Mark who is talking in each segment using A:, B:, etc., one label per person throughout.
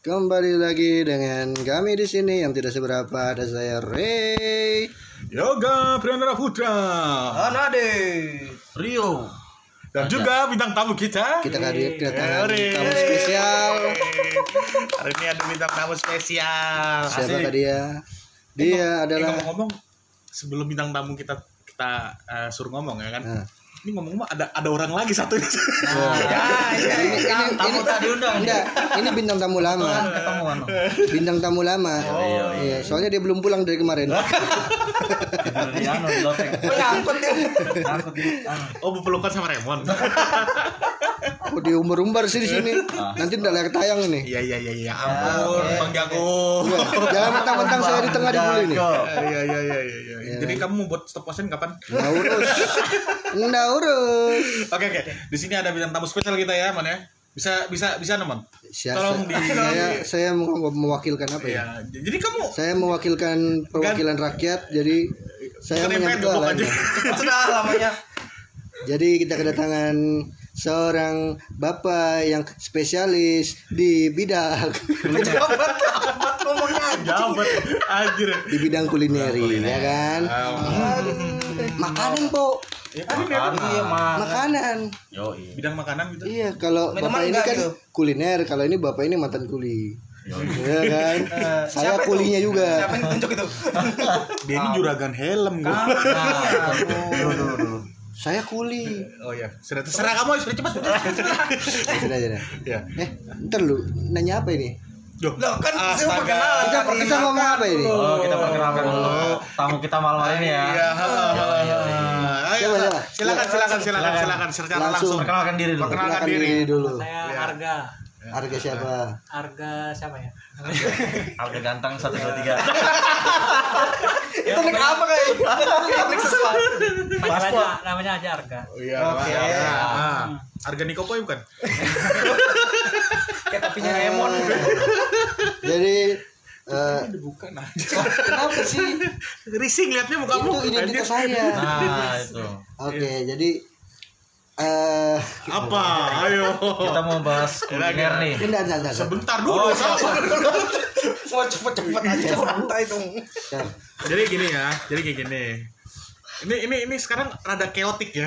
A: Kembali lagi dengan kami di sini yang tidak seberapa ada saya Ray.
B: Yoga Priandra Putra
C: Anade Rio
B: dan juga bintang tamu kita.
A: Kita hadir kedatangan
B: Yeay.
A: tamu spesial.
C: Hari ini ada bintang tamu spesial
A: Siapakah
C: Asik.
A: dia? Dia
C: Eh,
A: adalah
C: ngomong-ngomong sebelum bintang tamu kita kita eh, suruh ngomong ya kan
A: Nah,
C: ini ngomong-ngomong ada ada orang lagi satu
A: Nah,
C: ya,
A: ini ini ini enggak, ini bintang tamu lama.
D: ketemuan
A: Bintang tamu lama.
D: iya,
A: Iya, soalnya dia belum pulang dari kemarin.
D: di anu di loteng Takut di anu.
C: oh berpelukan sama Raymond
A: Oh, dia umbar-umbar sih di sini. Nanti tidak layak tayang ini.
C: iya iya iya iya ampun bang jago
A: Iya, Jangan mentang-mentang saya di tengah dibully nih.
C: iya iya iya iya iya. jadi kamu mau buat stop motion kapan
A: Nggak urus. Nggak urus.
C: Oke oke. Di sini ada bintang tamu spesial kita ya, Mon ya. Bisa bisa bisa Mon.
A: Saya,
C: Tolong di-
A: saya, saya mau- mewakilkan apa ya?
C: Iya. j- Jadi kamu
A: Saya mewakilkan perwakilan rakyat, jadi saya
C: ke DPR
A: menyentuh
C: gebok
A: alamnya.
D: sudah lamanya
A: Jadi kita kedatangan seorang bapak yang spesialis di bidang
D: pejabat amat ngomongnya
C: Jabat anjir.
A: di bidang kulineri, ya kan?
D: Hmm.
A: Makanan, Po.
C: Ya, kan ini apa?
D: iya mah
A: Makanan.
D: yo
C: Bidang makanan gitu.
A: Iya, kalau
D: Minuman
A: bapak ini
D: enggak Ya.
A: kan
D: gitu?
A: kuliner, kalau ini bapak ini mantan kuli. Iya kan? Saya kulinya juga.
D: Eh, siapa yang tunjuk itu
C: Dia ini juragan helm gua.
A: Saya kuli.
C: Oh iya. Sudah terserah kamu, sudah cepat sudah.
A: Sudah, sudah.
C: Ya.
A: Eh, ntar lu nanya apa ini?
C: Duh.
D: Loh, kan saya
C: Astaga.
D: perkenalan
A: Kita kita ngomong apa ini?
D: oh kita perkenalkan dulu tamu kita malam hari ini ya
C: Iya. ha, ha, ha, ha. Ayo,
A: Coba, coba.
C: silakan silakan silakan silakan secara
A: Langsung.
C: langsung.
D: perkenalkan diri dulu
C: Perkenalkan
A: Perkenalkan
C: diri.
A: diri dulu.
E: saya harga
A: Harga siapa?
E: harga siapa ya
D: harga ganteng satu dua tiga
E: itu namanya apa kayak namanya namanya aja harga
C: Oh, Iya. wah,
D: Oke.
C: ya. Ah. Harga Nikopoy bukan?
D: kayak topinya Raymond
A: Eh, Jadi eh,
C: Bukan.
A: kenapa sih?
C: Rising liatnya
A: Itu
C: mukamu.
A: identitas
C: Anjir.
A: saya.
D: nah itu
A: Oke, jadi eh
C: Apa? Ayo.
D: kita mau bahas kuliner nih
A: enggak enggak enggak. enggak.
C: Bentar dulu. sabar dulu.
D: mau cepet-cepet aja santai dong
A: Bentar.
C: jadi gini ya, jadi kayak gini. Ini ini ini sekarang rada keotik ya.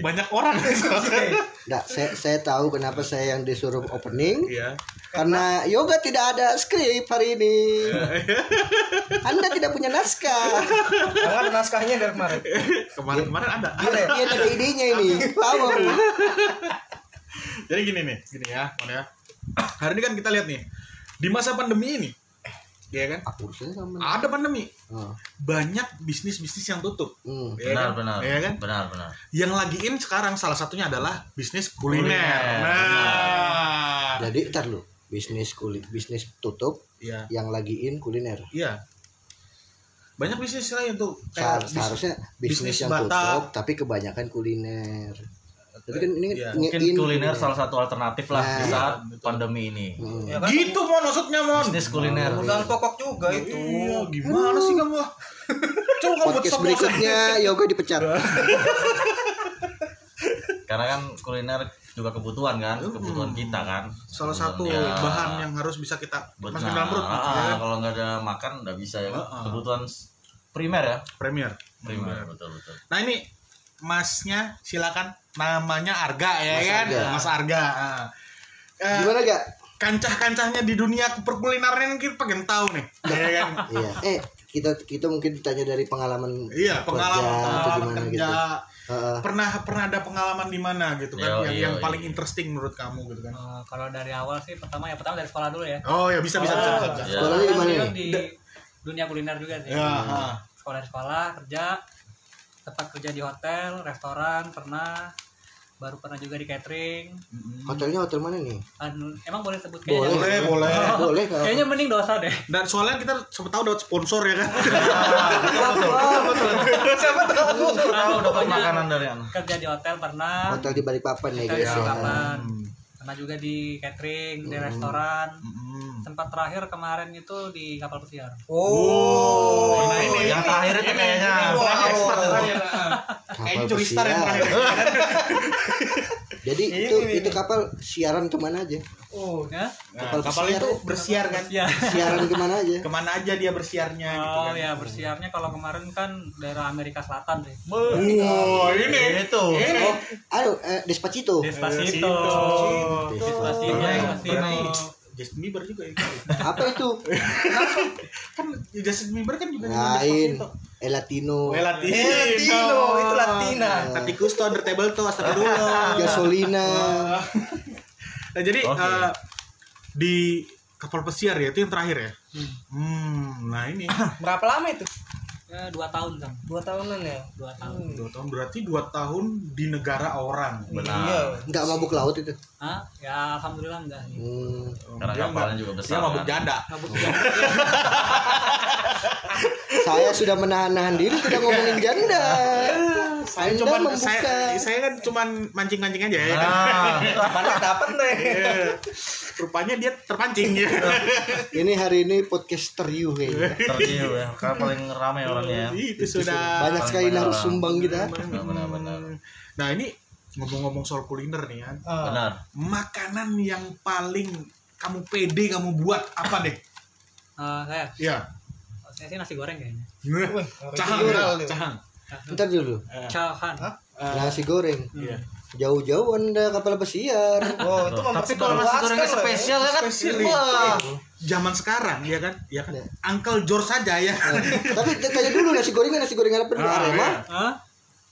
C: Banyak orang.
A: Enggak, saya saya tahu kenapa saya yang disuruh opening
C: Iya.
A: karena yoga tidak ada skrip hari ini. Anda tidak punya naskah.
D: Karena ada naskahnya dari kemarin.
C: Kemarin-kemarin ada. Iya.
A: Dia dia ada idenya ini. Power.
C: Jadi gini nih, gini ya, Mon ya. Hari ini kan kita lihat nih, di masa pandemi ini, ya kan?
A: Aku urusannya sama.
C: Ada pandemi,
A: Oh.
C: banyak bisnis-bisnis yang tutup.
A: Hmm.
C: ya
D: Benar,
C: kan?
D: benar.
C: Ya kan?
D: Benar, benar.
C: Yang lagi in sekarang salah satunya adalah bisnis kuliner.
D: Kuliner,
C: Nah,
A: Jadi ntar lu bisnis kulit bisnis tutup
C: iya.
A: yang lagi in kuliner.
C: Iya. Banyak bisnis lain tuh
A: Sehar-
C: bis-
A: seharusnya bisnis,
C: bisnis
A: yang
C: Batak.
A: tutup tapi kebanyakan kuliner. Tapi kan ini
C: Iya.
A: nge-
D: Mungkin
A: in
D: kuliner salah satu alternatif lah
A: Nah.
D: di saat pandemi ini.
A: Hmm.
C: gitu mon maksudnya mon.
D: Bisnis kuliner.
C: kokok juga itu.
E: Gitu.
C: Iya, gimana sih kamu? Coba kamu buat
A: Podcast
C: stop motion.
A: berikutnya yoga dipecat.
D: Karena kan kuliner juga kebutuhan kan, kebutuhan kita kan.
C: Salah satu
D: Ya.
C: bahan yang harus bisa kita
D: Benar.
C: masukin dalam perut.
D: Ah,
C: ya kan?
D: kalau nggak ada makan nggak bisa ya. kan?
C: Ah, ah.
D: Kebutuhan s- primer ya.
C: Premier.
D: Primer, betul betul.
C: Nah ini Masnya silakan namanya Arga ya
A: Mas
C: kan?
A: Arga.
C: Mas Arga. ah. Eh,
A: Gimana gak?
C: kancah-kancahnya di dunia perkulineran ini kita pengen tahu nih. Ya kan?
A: Iya. Eh kita kita mungkin ditanya dari pengalaman
C: Iya, pengalaman,
A: kerja atau
C: pengalaman
A: gimana
C: kerja.
A: gitu. Heeh.
C: pernah pernah ada pengalaman di mana gitu kan
D: Iya,
C: yang
D: iya,
C: yang
D: iya.
C: paling interesting menurut kamu gitu kan
E: Eh, kalau dari awal sih pertama ya pertama dari sekolah dulu ya
C: oh ya bisa bisa bisa, bisa, bisa.
D: Ya.
A: Sekolahnya di
E: Kan
A: mana
E: dia
A: nih?
E: di dunia kuliner juga sih
C: Ya, ha.
E: sekolah di sekolah kerja tempat kerja di hotel restoran pernah baru pernah juga di catering
A: Hotelnya hotel mana nih?
E: Anu, emang boleh sebut
A: Boleh.
E: kayaknya
C: boleh boleh
A: Boleh kalau.
E: kayaknya mending dosa deh
C: dan soalnya kita siapa tahu dapat sponsor ya kan
D: Kalau dapat makanan dari anu.
E: kerja di hotel pernah
A: Hotel di Balikpapan ya
E: Hotel di
A: guys. ya.
E: Balikpapan. pernah juga di catering
A: Hmm.
E: di restoran
C: Mm.
E: Hmm. tempat terakhir kemarin itu di kapal pesiar
C: oh nah ini ini.
D: yang terakhir itu kayaknya.
C: Wah, expert yang terakhir.
A: Kapal
C: kayaknya curi star yang
A: pesiar.
C: terakhir
A: Jadi
C: Ini,
A: itu
C: ini,
A: itu
C: ini.
A: kapal siaran kemana aja?
E: Oh, ya?
C: Nah,
A: Kapal
C: kapal
A: pesiar
C: itu
A: ya?
C: bersiar kan?
E: Ya.
F: Gitu
A: Siaran kemana aja?
C: Kemana aja dia bersiarnya gitu
E: Oh
C: kan?
E: ya bersiarnya kalau kemarin kan daerah Amerika Selatan sih.
F: Oh,
C: Wow, Oh, ini
D: Itu.
C: Ini.
A: Oh, aduh, eh, Despacito.
F: iya,
E: Despacito.
C: Despacito.
E: Despacito.
C: Berarti
E: Despacito.
C: Justin Bieber juga ya.
A: Apa itu?
C: kan Justin Bieber kan juga
A: Lain.
C: Despacito.
A: El Latino.
C: Eh, Latino.
D: Eh, Latino, itu Latina.
C: Tapi kusto undertable tuh tapi dulu.
A: Gasolina.
C: Oh. Nah, jadi
D: Oke.
C: eh, di kapal pesiar ya itu yang terakhir ya. Hmm, nah ini
F: Berapa lama itu?
E: Ya, dua tahun kan.
F: Dua tahunan ya.
E: Dua tahun.
C: dua tahun berarti dua tahun di negara orang.
F: Iya.
A: Enggak mabuk laut itu.
E: Hah? Ya alhamdulillah enggak.
A: Hmm.
D: Karena
C: Dia
D: kapalnya
C: nggak-
D: juga besar. kan.
C: Dia mabuk janda.
E: Mabuk juga.
A: Saya sudah menahan-nahan diri tidak ngomongin janda.
C: Saya
A: Anda
C: cuman
A: membuka.
C: saya, saya kan cuman mancing-mancing aja ya. kan.
D: Ah,
F: Mana dapat nih?
C: Eh, Rupanya dia terpancing ya.
A: Ini hari ini podcast teriuh
C: Iya.
A: kayaknya.
D: tergiu ya. Karena paling ramai orangnya ya.
C: Itu sudah.
A: Banyak sekali
D: Banyak
A: harus
D: orang.
A: sumbang kita.
D: Benar-benar.
C: Nah, ini ngomong-ngomong soal kuliner nih kan.
D: Benar.
C: Makanan yang paling kamu pede kamu buat apa deh?
E: Eh, saya,
C: Ya.
E: saya sih nasi goreng kayaknya.
C: Nah, Cahang,
F: original
C: ya,
F: nih.
C: cahang.
A: Bentar dulu.
F: Ya.
D: Hmm.
E: Cahan.
C: Eh.
A: Nasi goreng.
C: Iya.
A: Jauh-jauh Anda kapal pesiar.
F: Oh, itu
D: Tapi kalau nasi
F: mempersekolah
D: gorengnya
F: kan,
D: spesial ya kan?
C: Spesial.
D: Wah.
C: Zaman sekarang ya kan, ya kan.
A: Iya.
C: Uncle George saja ya.
D: Iya.
A: Tapi tanya dulu nasi gorengan nasi goreng apa dulu?
C: Ah,
A: Arema.
C: iya.
E: Hah?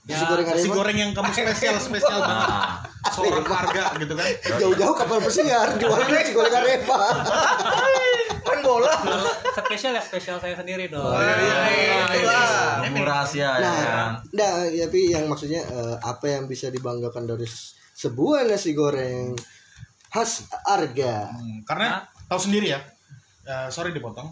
A: Nasi goreng
C: Nasi
A: Arema.
C: goreng yang kamu spesial spesial banget.
D: Nah,
C: Seorang warga gitu kan.
A: Jauh-jauh kapal pesiar jualan nasi goreng Arema.
F: Main bola.
E: Kalau spesial ya spesial saya sendiri dong.
A: Oh, iya,
F: Itulah.
D: bumbu rahasia ya
E: Iya.
C: Iya.
D: kan.
A: Nah, enggak, ya, tapi yang maksudnya eh, apa yang bisa dibanggakan dari s- sebuah nasi goreng khas Arga?
C: Hmm, karena tahu sendiri ya. Eh, sorry dipotong.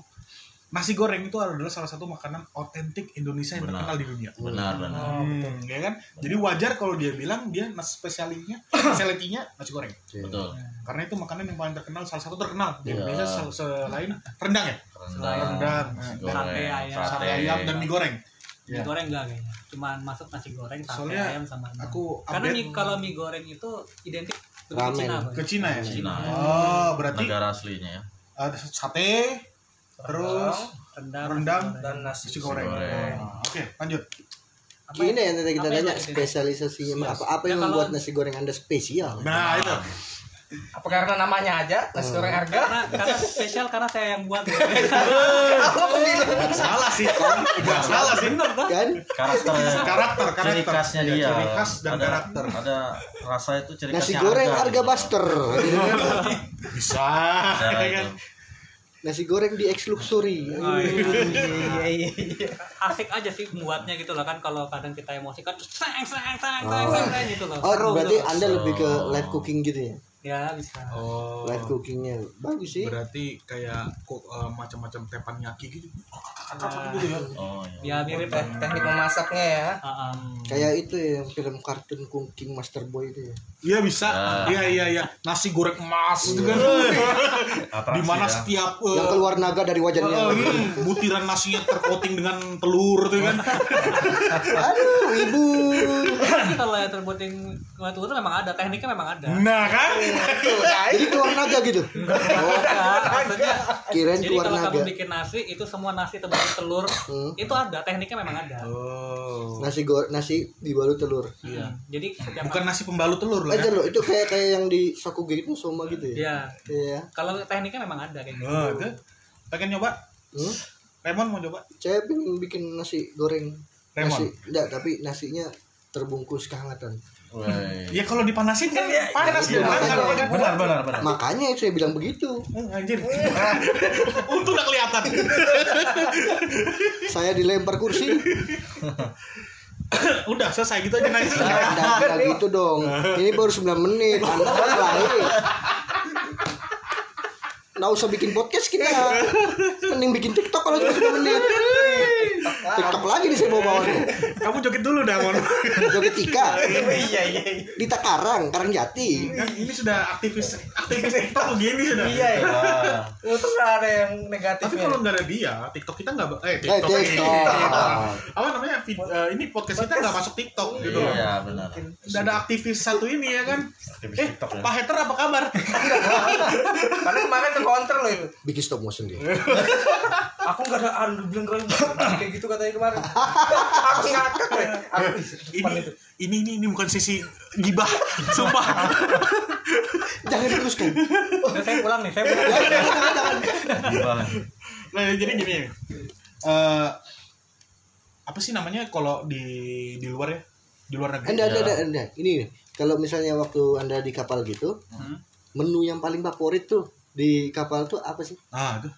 C: Nasi goreng itu adalah salah satu makanan otentik Indonesia yang
D: Benar.
C: terkenal di dunia.
D: Benar, benar.
E: Oh,
C: Hmm, ya kan? Jadi wajar kalau dia bilang dia nasi spesialinya, seletinya nasi goreng.
D: Betul.
C: Karena itu makanan yang paling terkenal, salah satu terkenal di
D: Iya. Ah.
C: Indonesia sel- selain rendang ya,
D: Rendang, nasi goreng,
E: Sate ayam.
C: sate ayam dan mie goreng.
E: Mie
F: Ya.
C: Iya.
E: goreng enggak kayaknya. Cuman masuk nasi goreng, sate
C: Soalnya
E: ayam sama rendang.
C: Aku
E: Karena
C: update
E: mie, kalau mie goreng itu identik dengan
A: Ramen.
E: Cina.
C: ke Cina ya.
D: Cina.
C: Oh, berarti
D: Negara aslinya ya.
C: eh, sate terus
E: rendang,
C: rendang
F: Dan nasi.
C: nasi goreng.
D: goreng.
C: Ah, Oke, lanjut.
A: Ini yang tadi kita
E: apa ya? yang
A: tanya
E: identik?
A: spesialisasinya apa? Apa yang
E: Ya, kalau-
A: membuat nasi goreng Anda spesial?
C: Nah, itu.
F: Apa karena namanya aja? Nasi goreng harga.
E: karena karena spesial karena saya yang buat ya.
C: Salah sih, kan? Nggak salah sih.
A: Kan
D: Karakter ya.
C: Karakter,
D: ciri
C: karakter.
D: khasnya
C: Iya,
D: dia.
C: Ciri khas dan
D: ada,
C: karakter.
D: Ada rasa itu ciri
A: nasi
D: khasnya
A: goreng
D: harga gitu.
A: Arga Buster.
C: Bisa.
D: Nah,
C: ya
D: itu.
C: kan?
A: nasi goreng di X Luxury.
E: Oh,
F: Iya, iya, iya.
E: asik aja sih buatnya gitu loh kan kalau kadang kita emosi kan seng seng seng seng seng seng gitu loh
A: Oh,
E: Seru
A: berarti
E: gitu loh.
A: Anda lebih ke live cooking gitu ya?
E: ya bisa
C: Oh.
A: Live cookingnya bagus sih.
C: berarti kayak ko- eh, macam-macam tepan yaki gitu
E: Nah,
D: Oh, iya.
E: ya mirip lah
F: Teh- Teknik memasaknya ya.
E: Ah, ah.
A: Kayak itu ya yang film kartun Cooking Master Boy itu ya.
C: iya bisa iya iya iya nasi goreng emas gitu kan
D: Atraksi
C: di mana
D: ya.
C: setiap eh,
A: Yang keluar naga dari wajahnya.
E: Oh.
C: eh, hmm, butiran nasinya tercoating dengan telur tuh kan
A: Aduh, ibu.
E: tapi kalau yang terbuatin waktu itu memang ada tekniknya memang ada
A: Hmm.
C: nah kan
A: Jadi keluar naga gitu.
E: Nah, maksudnya
A: Kirain
E: jadi
A: keluar
E: kalau
A: naga.
E: kamu bikin nasi itu semua nasi terbaik telur
A: Hmm.
E: itu ada tekniknya memang ada
C: oh iya.
A: Nasi go nasi dibalut telur.
E: Hmm, jadi setiap
C: bukan nasi pembalut telur lah
A: Eh,
C: ya
A: telur itu kayak kayak yang di Sakuge itu soma gitu ya.
E: ya
A: Iya.
E: kalau tekniknya memang ada kayak gitu
C: oh, itu pengen nyoba
A: Hmm?
C: Raymond mau coba
A: Saya pengen bikin nasi goreng.
C: Lemon.
A: Nasi, enggak, tapi nasinya terbungkus kehangatan.
D: Wey.
C: ya kalau dipanasin kan panas
A: iya,
C: dia
A: iya.
C: makan ya kan
D: Benar, benar, benar.
A: Makanya itu saya bilang begitu.
C: Hmm, anjir untung udah kelihatan
A: Saya dilempar kursi.
C: udah selesai gitu aja nangis
A: Enggak, enggak gitu dong. Ini baru 9 menit. Anda baru lahir. Nggak usah bikin podcast kita. Mending bikin TikTok kalau cuma 9 menit. TikTok lagi nih saya bawa bawa nih.
C: Kamu joget dulu dah, Mon.
A: Joget Tika,
F: iya iya iya.
A: di Takarang, Karang Jati.
C: Kan ini sudah aktivis aktivis TikTok begini sudah.
F: iya iya. Lu tuh nggak ada yang negatif
C: Tapi kalau nggak ada dia, TikTok kita nggak eh
A: Eh,
C: TikTok,
A: TikTok.
C: apa namanya vid- eh, ini podcast kita nggak masuk TikTok gitu loh.
D: Iya benar.
C: Udah ada aktivis satu ini ya kan.
D: Aktivis
C: Eh,
D: TikTok ya.
C: Pak Hater apa kabar?
F: Karena kemarin ke counter loh itu.
A: Bikin stop motion dia.
F: Aku nggak ada anu bilang keren kayak gitu katanya kemarin. Aku ngakak deh. Aku
C: Ini, ini ini ini bukan sesi gibah, sumpah.
A: Jangan diteruskan.
E: Udah, saya pulang nih, saya pulang.
A: Jangan, jangan, jangan.
D: Gimana?
C: Nah, jadi gini. Eh apa sih namanya kalau di di luar ya? Di luar negeri.
A: Anda,
D: Ya.
A: anda, anda, anda. Ini kalau misalnya waktu anda di kapal gitu, menu yang paling favorit tuh di kapal tuh apa sih?
C: Ah, itu.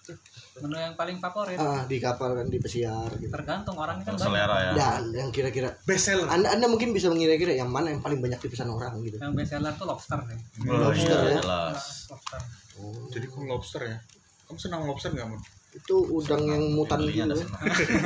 E: Menu yang paling favorit
A: Ah, di kapal kan di pesiar gitu.
E: tergantung orangnya kan banyak.
D: Selera ya.
A: Dan yang kira-kira
C: Best seller.
A: anda, anda mungkin bisa mengira-kira yang mana yang paling banyak dipesan orang gitu.
E: Yang best seller tuh lobster sih.
D: Oh,
A: Lobster ya.
D: iya, jelas.
E: Lobster.
A: Oh,
C: Jadi kamu lobster ya? Kamu senang lobster nggak, Mun?
A: itu udang yang mutan
D: Belinya
A: gitu.
D: ada
A: ya.
D: senang.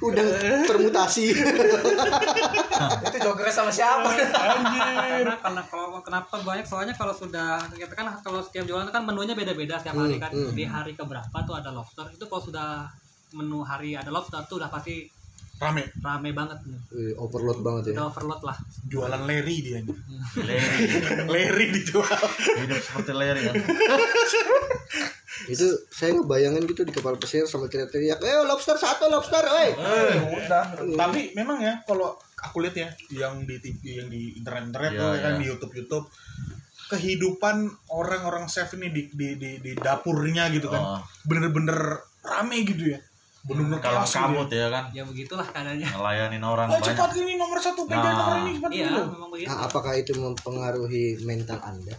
A: udang termutasi.
F: itu jogernya sama siapa?
E: karena karena kalau kenapa banyak soalnya kalau sudah kita kan kalau setiap jualan itu kan menunya beda-beda setiap hari
A: Hmm,
E: kan
A: hmm.
E: di hari keberapa tuh ada lobster itu kalau sudah menu hari ada lobster tuh udah pasti
C: Rame
E: rame banget nih
A: Eh, Overload banget ya.
E: udah overload lah
C: jualan leri dia. nih.
D: Leri.
C: leri dijual.
D: Hidup seperti leri kan.
A: Itu saya ngebayangin gitu di kapal pesiar sama teriak-teriak, "Eh, lobster satu, lobster, woi."
F: Udah.
C: Tapi memang ya kalau aku lihat ya yang di TV, yang di internet internet
D: Iya,
C: tuh ya kan
D: iya.
C: di YouTube YouTube kehidupan orang-orang chef ini di di di, di dapurnya gitu kan
D: Oh,
C: bener-bener rame gitu ya bener-bener
D: kalau
C: chaos
D: kamu
C: gitu
D: ya kan
E: ya begitulah keadaannya
D: ngelayanin orang
C: ya. Eh,
D: banyak.
C: cepat ini nomor satu beda
D: Nah.
C: nomor ini cepat
E: iya
C: dulu.
E: memang begitu
A: Nah, apakah itu mempengaruhi mental Anda?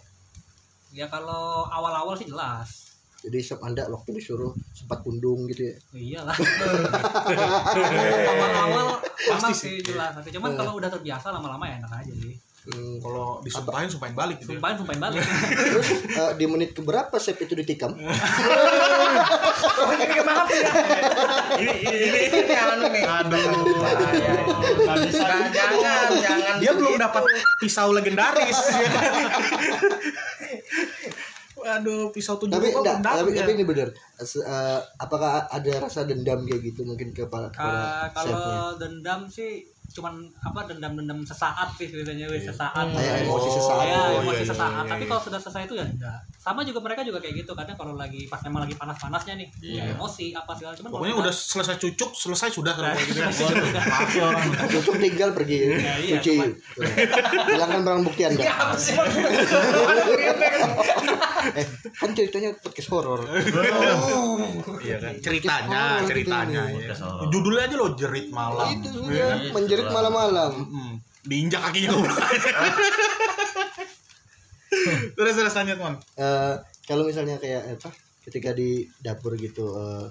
E: ya kalau awal-awal sih jelas
A: Jadi sep Anda waktu disuruh sempat pundung gitu ya.
E: Oh, iyalah awal-awal
C: Pasti
E: pasti
C: sih.
E: sih jelas tapi cuman kalau udah terbiasa lama-lama ya enak aja sih
A: Hmm,
C: kalau disumpahin sumpahin balik gitu ya.
E: sumpahin sumpahin balik
A: terus eh, di menit keberapa sep itu ditikam?
E: Hmm.
C: ini ini, ini.
F: Ini anu nih.
C: aduh Nggak bisa.
F: Jangan, jangan, jangan.
C: dia belum dapat pisau legendaris ya kan? Waduh, pisau tujuh
A: tapi
C: rupiah
A: enggak, tapi,
C: belum dapat
E: iya.
C: ya.
A: tapi ini benar. Se- eh, apakah ada rasa dendam kayak gitu mungkin ke para
E: Ka-
A: kepada chefnya?
E: kalau dendam sih cuman apa dendam-dendam sesaat sih biasanya weh, sesaat
A: Kayak
E: Kayak
A: emosi
C: Oh, iya,
A: sesaat.
E: ya
A: gitu.
E: emosi sesaat tapi kalau sudah selesai itu ya udah sama juga mereka juga kayak gitu kadang kalau lagi pas memang lagi panas-panasnya nih ya emosi apa segala cuman
C: Pokoknya
E: kalau
C: udah selesai cucuk, selesai sudah kalau kayak gitu ya.
D: Mati orang.
A: Cucuk tinggal pergi.
E: iya,
A: Cuci. Hilangkan barang bukti Anda.
F: Apa sih maksudnya?
A: Eh, kan ceritanya podcast horor.
C: Iya kan?
A: Podcast
C: Ceritanya,
A: horor
C: ceritanya.
A: gitu.
C: ya.
D: Podcast horor.
C: Judulnya aja lo jerit malam.
A: Itu sudah menjerit
D: Iya.
A: malam-malam.
C: Mm, diinjak kakinya gue. terus terus lanjut mon.
A: Eh, kalau misalnya kayak apa? Ketika di dapur gitu eh,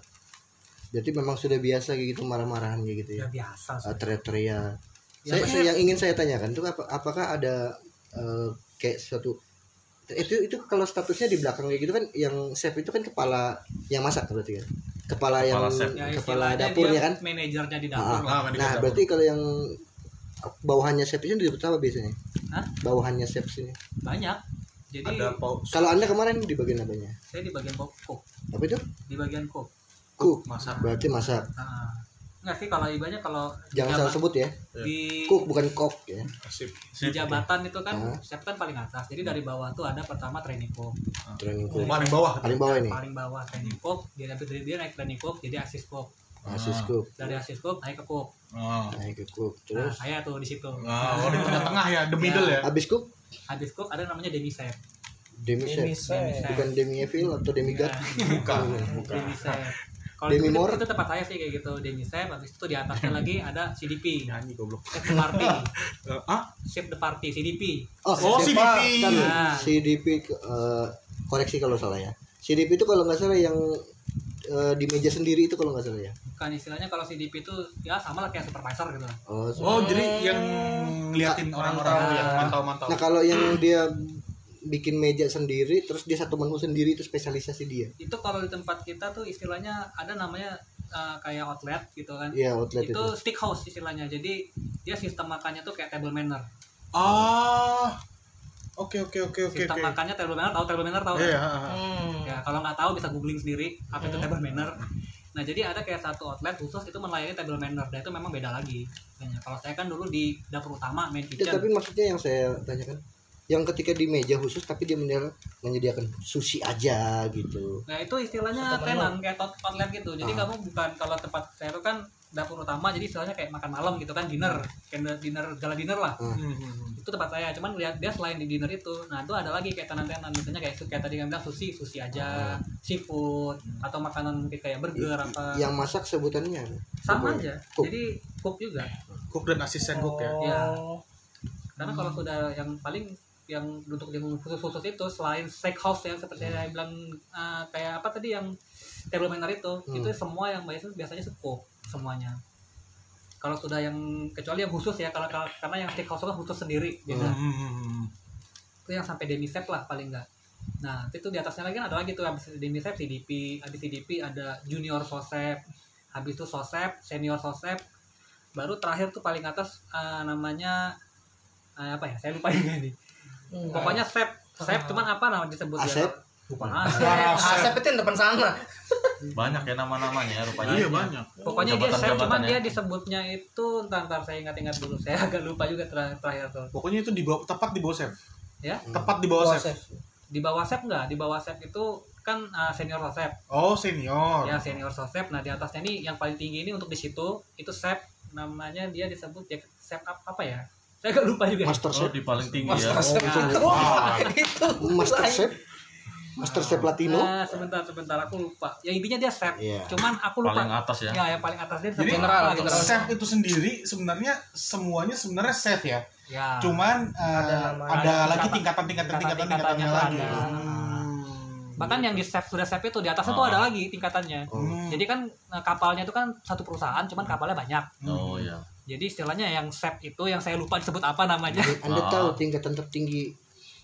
A: berarti memang sudah biasa kayak gitu marah-marahan kayak gitu ya.
E: udah biasa sih.
A: Eh, Teriak-teriak.
E: Ya,
A: Saya,
E: Pak.
A: saya- yang ingin saya tanyakan itu apa, apakah ada eh, kayak suatu itu itu kalau statusnya di belakang kayak gitu kan yang chef itu kan kepala yang masak berarti kan kepala, yang
D: chef.
E: ya
A: kepala
E: istilahnya
A: dapurnya
E: dia
A: kan
E: manajernya di
A: Ah,
E: dapur lah.
C: Nah, manajer
A: nah
C: dapur.
A: berarti kalau yang bawahannya chef itu disebut apa biasanya
E: Hah?
A: bawahannya chef sini
E: banyak jadi
C: ada pau
A: kalau anda kemarin di bagian apanya
E: saya di bagian cook cook.
A: apa itu
E: di bagian cook
A: cook
C: masak.
A: berarti masak
E: nah, nggak sih kalau ibaratnya kalau di
A: jangan salah
E: jabat-
A: sebut ya
E: di
A: cook bukan cook ya
C: Sip.
E: di jabatan itu kan
A: Ah.
E: chef kan paling atas jadi dari bawah tuh ada pertama training cook
A: training cook
C: Paling bawah.
A: paling bawah ini
E: paling bawah training cook dia habis dari dia naik training cook jadi assist cook
A: asis cook
E: dari assist cook naik ke cook
C: Oh.
A: naik ke cook
E: nah,
A: terus
E: saya tuh di situ
C: Nah, oh, di tengah-tengah ya, the middle ya.
A: habis cook
E: habis cook ada namanya demi chef
A: demi
F: Ini
A: chef
F: saya.
A: bukan demi evil atau demi god
C: Bukan.
E: demi chef kalau
A: Demi
E: itu,
A: Mor?
E: itu tempat saya sih kayak gitu demi chef habis itu di atasnya lagi ada CDP
C: Nyanyi goblok.
E: chef the party
C: Eh, ah,
E: chef the party CDP
A: Oh,
C: Oh,
A: Pak,
C: CDP.
A: ntar dulu.
E: Nah.
A: CDP ke- eh, koreksi kalau salah ya. CDP itu kalau nggak salah yang eh, di meja sendiri itu kalau nggak salah ya.
E: bukan istilahnya kalau CDP itu ya sama lah kayak supervisor gitu lah
A: Oh, so-
C: Oh, jadi yang ngeliatin orang-orang
F: Mantau.
C: yang mantau-mantau.
A: Nah, kalau yang dia bikin meja sendiri terus dia satu menu sendiri itu spesialisasi dia
E: itu kalau di tempat kita tuh istilahnya ada namanya eh, kayak outlet gitu kan
A: iya outlet
E: itu,
A: itu,
E: stick house istilahnya jadi dia sistem makannya tuh kayak table manner
C: Ah. Oke oke oke oke
E: sistem
C: oke.
E: makannya table manner tahu table manner tahu kan?
C: Iya. ah, ah.
F: Hmm.
E: ya kalau nggak tahu bisa googling sendiri
A: Iya.
E: apa itu table manner nah jadi ada kayak satu outlet khusus itu melayani table manner dan itu memang beda lagi kayaknya. kalau saya kan dulu di dapur utama main
A: Ya,
E: kitchen
A: tapi maksudnya yang saya tanyakan yang ketika di meja khusus tapi dia menyel- menyediakan sushi aja gitu
E: Nah itu istilahnya tenan kayak tot- outlet gitu. Jadi
A: Ah.
E: kamu bukan kalau tempat saya itu kan dapur utama, jadi istilahnya kayak makan malam gitu kan dinner, kayak dinner gala dinner lah.
C: Hmm, hmm,
F: Oh.
C: hmm.
E: Itu tempat saya. Cuman lihat dia selain di dinner itu, nah itu ada lagi kayak tenan-tenan, misalnya kayak kayak tadi yang bilang sushi, sushi
A: Ah.
E: aja, seafood atau makanan mungkin kayak burger apa.
A: yang masak sebutannya apa?
E: sama
A: Cook.
E: aja.
A: Cook.
E: Jadi cook juga.
C: Cook dan asisten cook ya.
F: Iya.
E: Ya. Karena kalau sudah yang paling yang untuk yang khusus-khusus itu selain steakhouse yang seperti
A: Hmm.
E: saya bilang eh, kayak apa tadi yang table manner itu
A: Hmm.
E: itu semua yang biasanya biasanya suko semuanya kalau sudah yang kecuali yang khusus ya kalau kalau- karena yang steakhouse kan khusus sendiri beda
C: Hmm, hmm, hmm.
E: itu yang sampai demi chef lah paling enggak nah itu di atasnya lagi kan ada lagi tuh habis demi chef CDP habis CDP ada junior sosep habis itu sosep senior sosep baru terakhir tuh paling atas eh, namanya eh, apa ya saya lupa juga nih
F: Hmm.
E: pokoknya sep sep cuman apa nama disebut ya
A: Asep?
E: bukan asep
F: Asep itu yang depan sana.
D: Banyak ya nama-namanya ya rupanya.
C: Iya banyak.
E: pokoknya dia sep
D: Jabatan-jabatan
E: cuman
D: ya.
E: dia disebutnya itu entar entar saya ingat-ingat dulu saya agak lupa juga ter- terakhir tuh
C: Pokoknya itu di bawah tepat di bawah chef.
E: Ya.
C: Tepat di bawah chef.
E: di bawah sep enggak di bawah sep itu kan eh, senior sosep
C: Oh senior.
E: ya senior sosep nah di atasnya nih yang paling tinggi ini untuk di situ itu sep namanya dia disebut ya sep ap- apa ya saya agak lupa
C: Eh,
E: juga
A: master
D: Oh,
A: chef
D: di paling tinggi ya.
F: Master Asep
E: Ya.
F: itu.
C: Wah.
F: Itu.
A: master chef master chef
C: Ah.
A: latino
E: Nah, sebentar sebentar aku lupa ya intinya dia sep
A: Iya.
E: cuman aku lupa
D: Paling atas ya.
E: ya yang paling atas dia
C: Jadi
E: disebut
F: General,
E: apa gitu.
F: general.
C: Chef itu sendiri sebenarnya semuanya sebenarnya chef ya.
E: ya
C: Cuman eh, ada,
F: nama-
C: lagi tingkatan-tingkatan
E: tingkatan-
C: tingkatan-tingkatannya
E: tingkatan-tingkatannya
C: lagi.
E: tuh ada.
C: Hmm.
E: bahkan yang di sep sudah sep itu di atasnya tuh
D: Ah.
E: ada lagi tingkatannya
A: Oh.
E: jadi kan eh, kapalnya itu kan satu perusahaan cuman kapalnya banyak
D: Oh iya.
E: jadi istilahnya yang sep itu yang saya lupa disebut apa namanya
A: Eh, anda
D: Ah.
A: tahu tingkatan tertinggi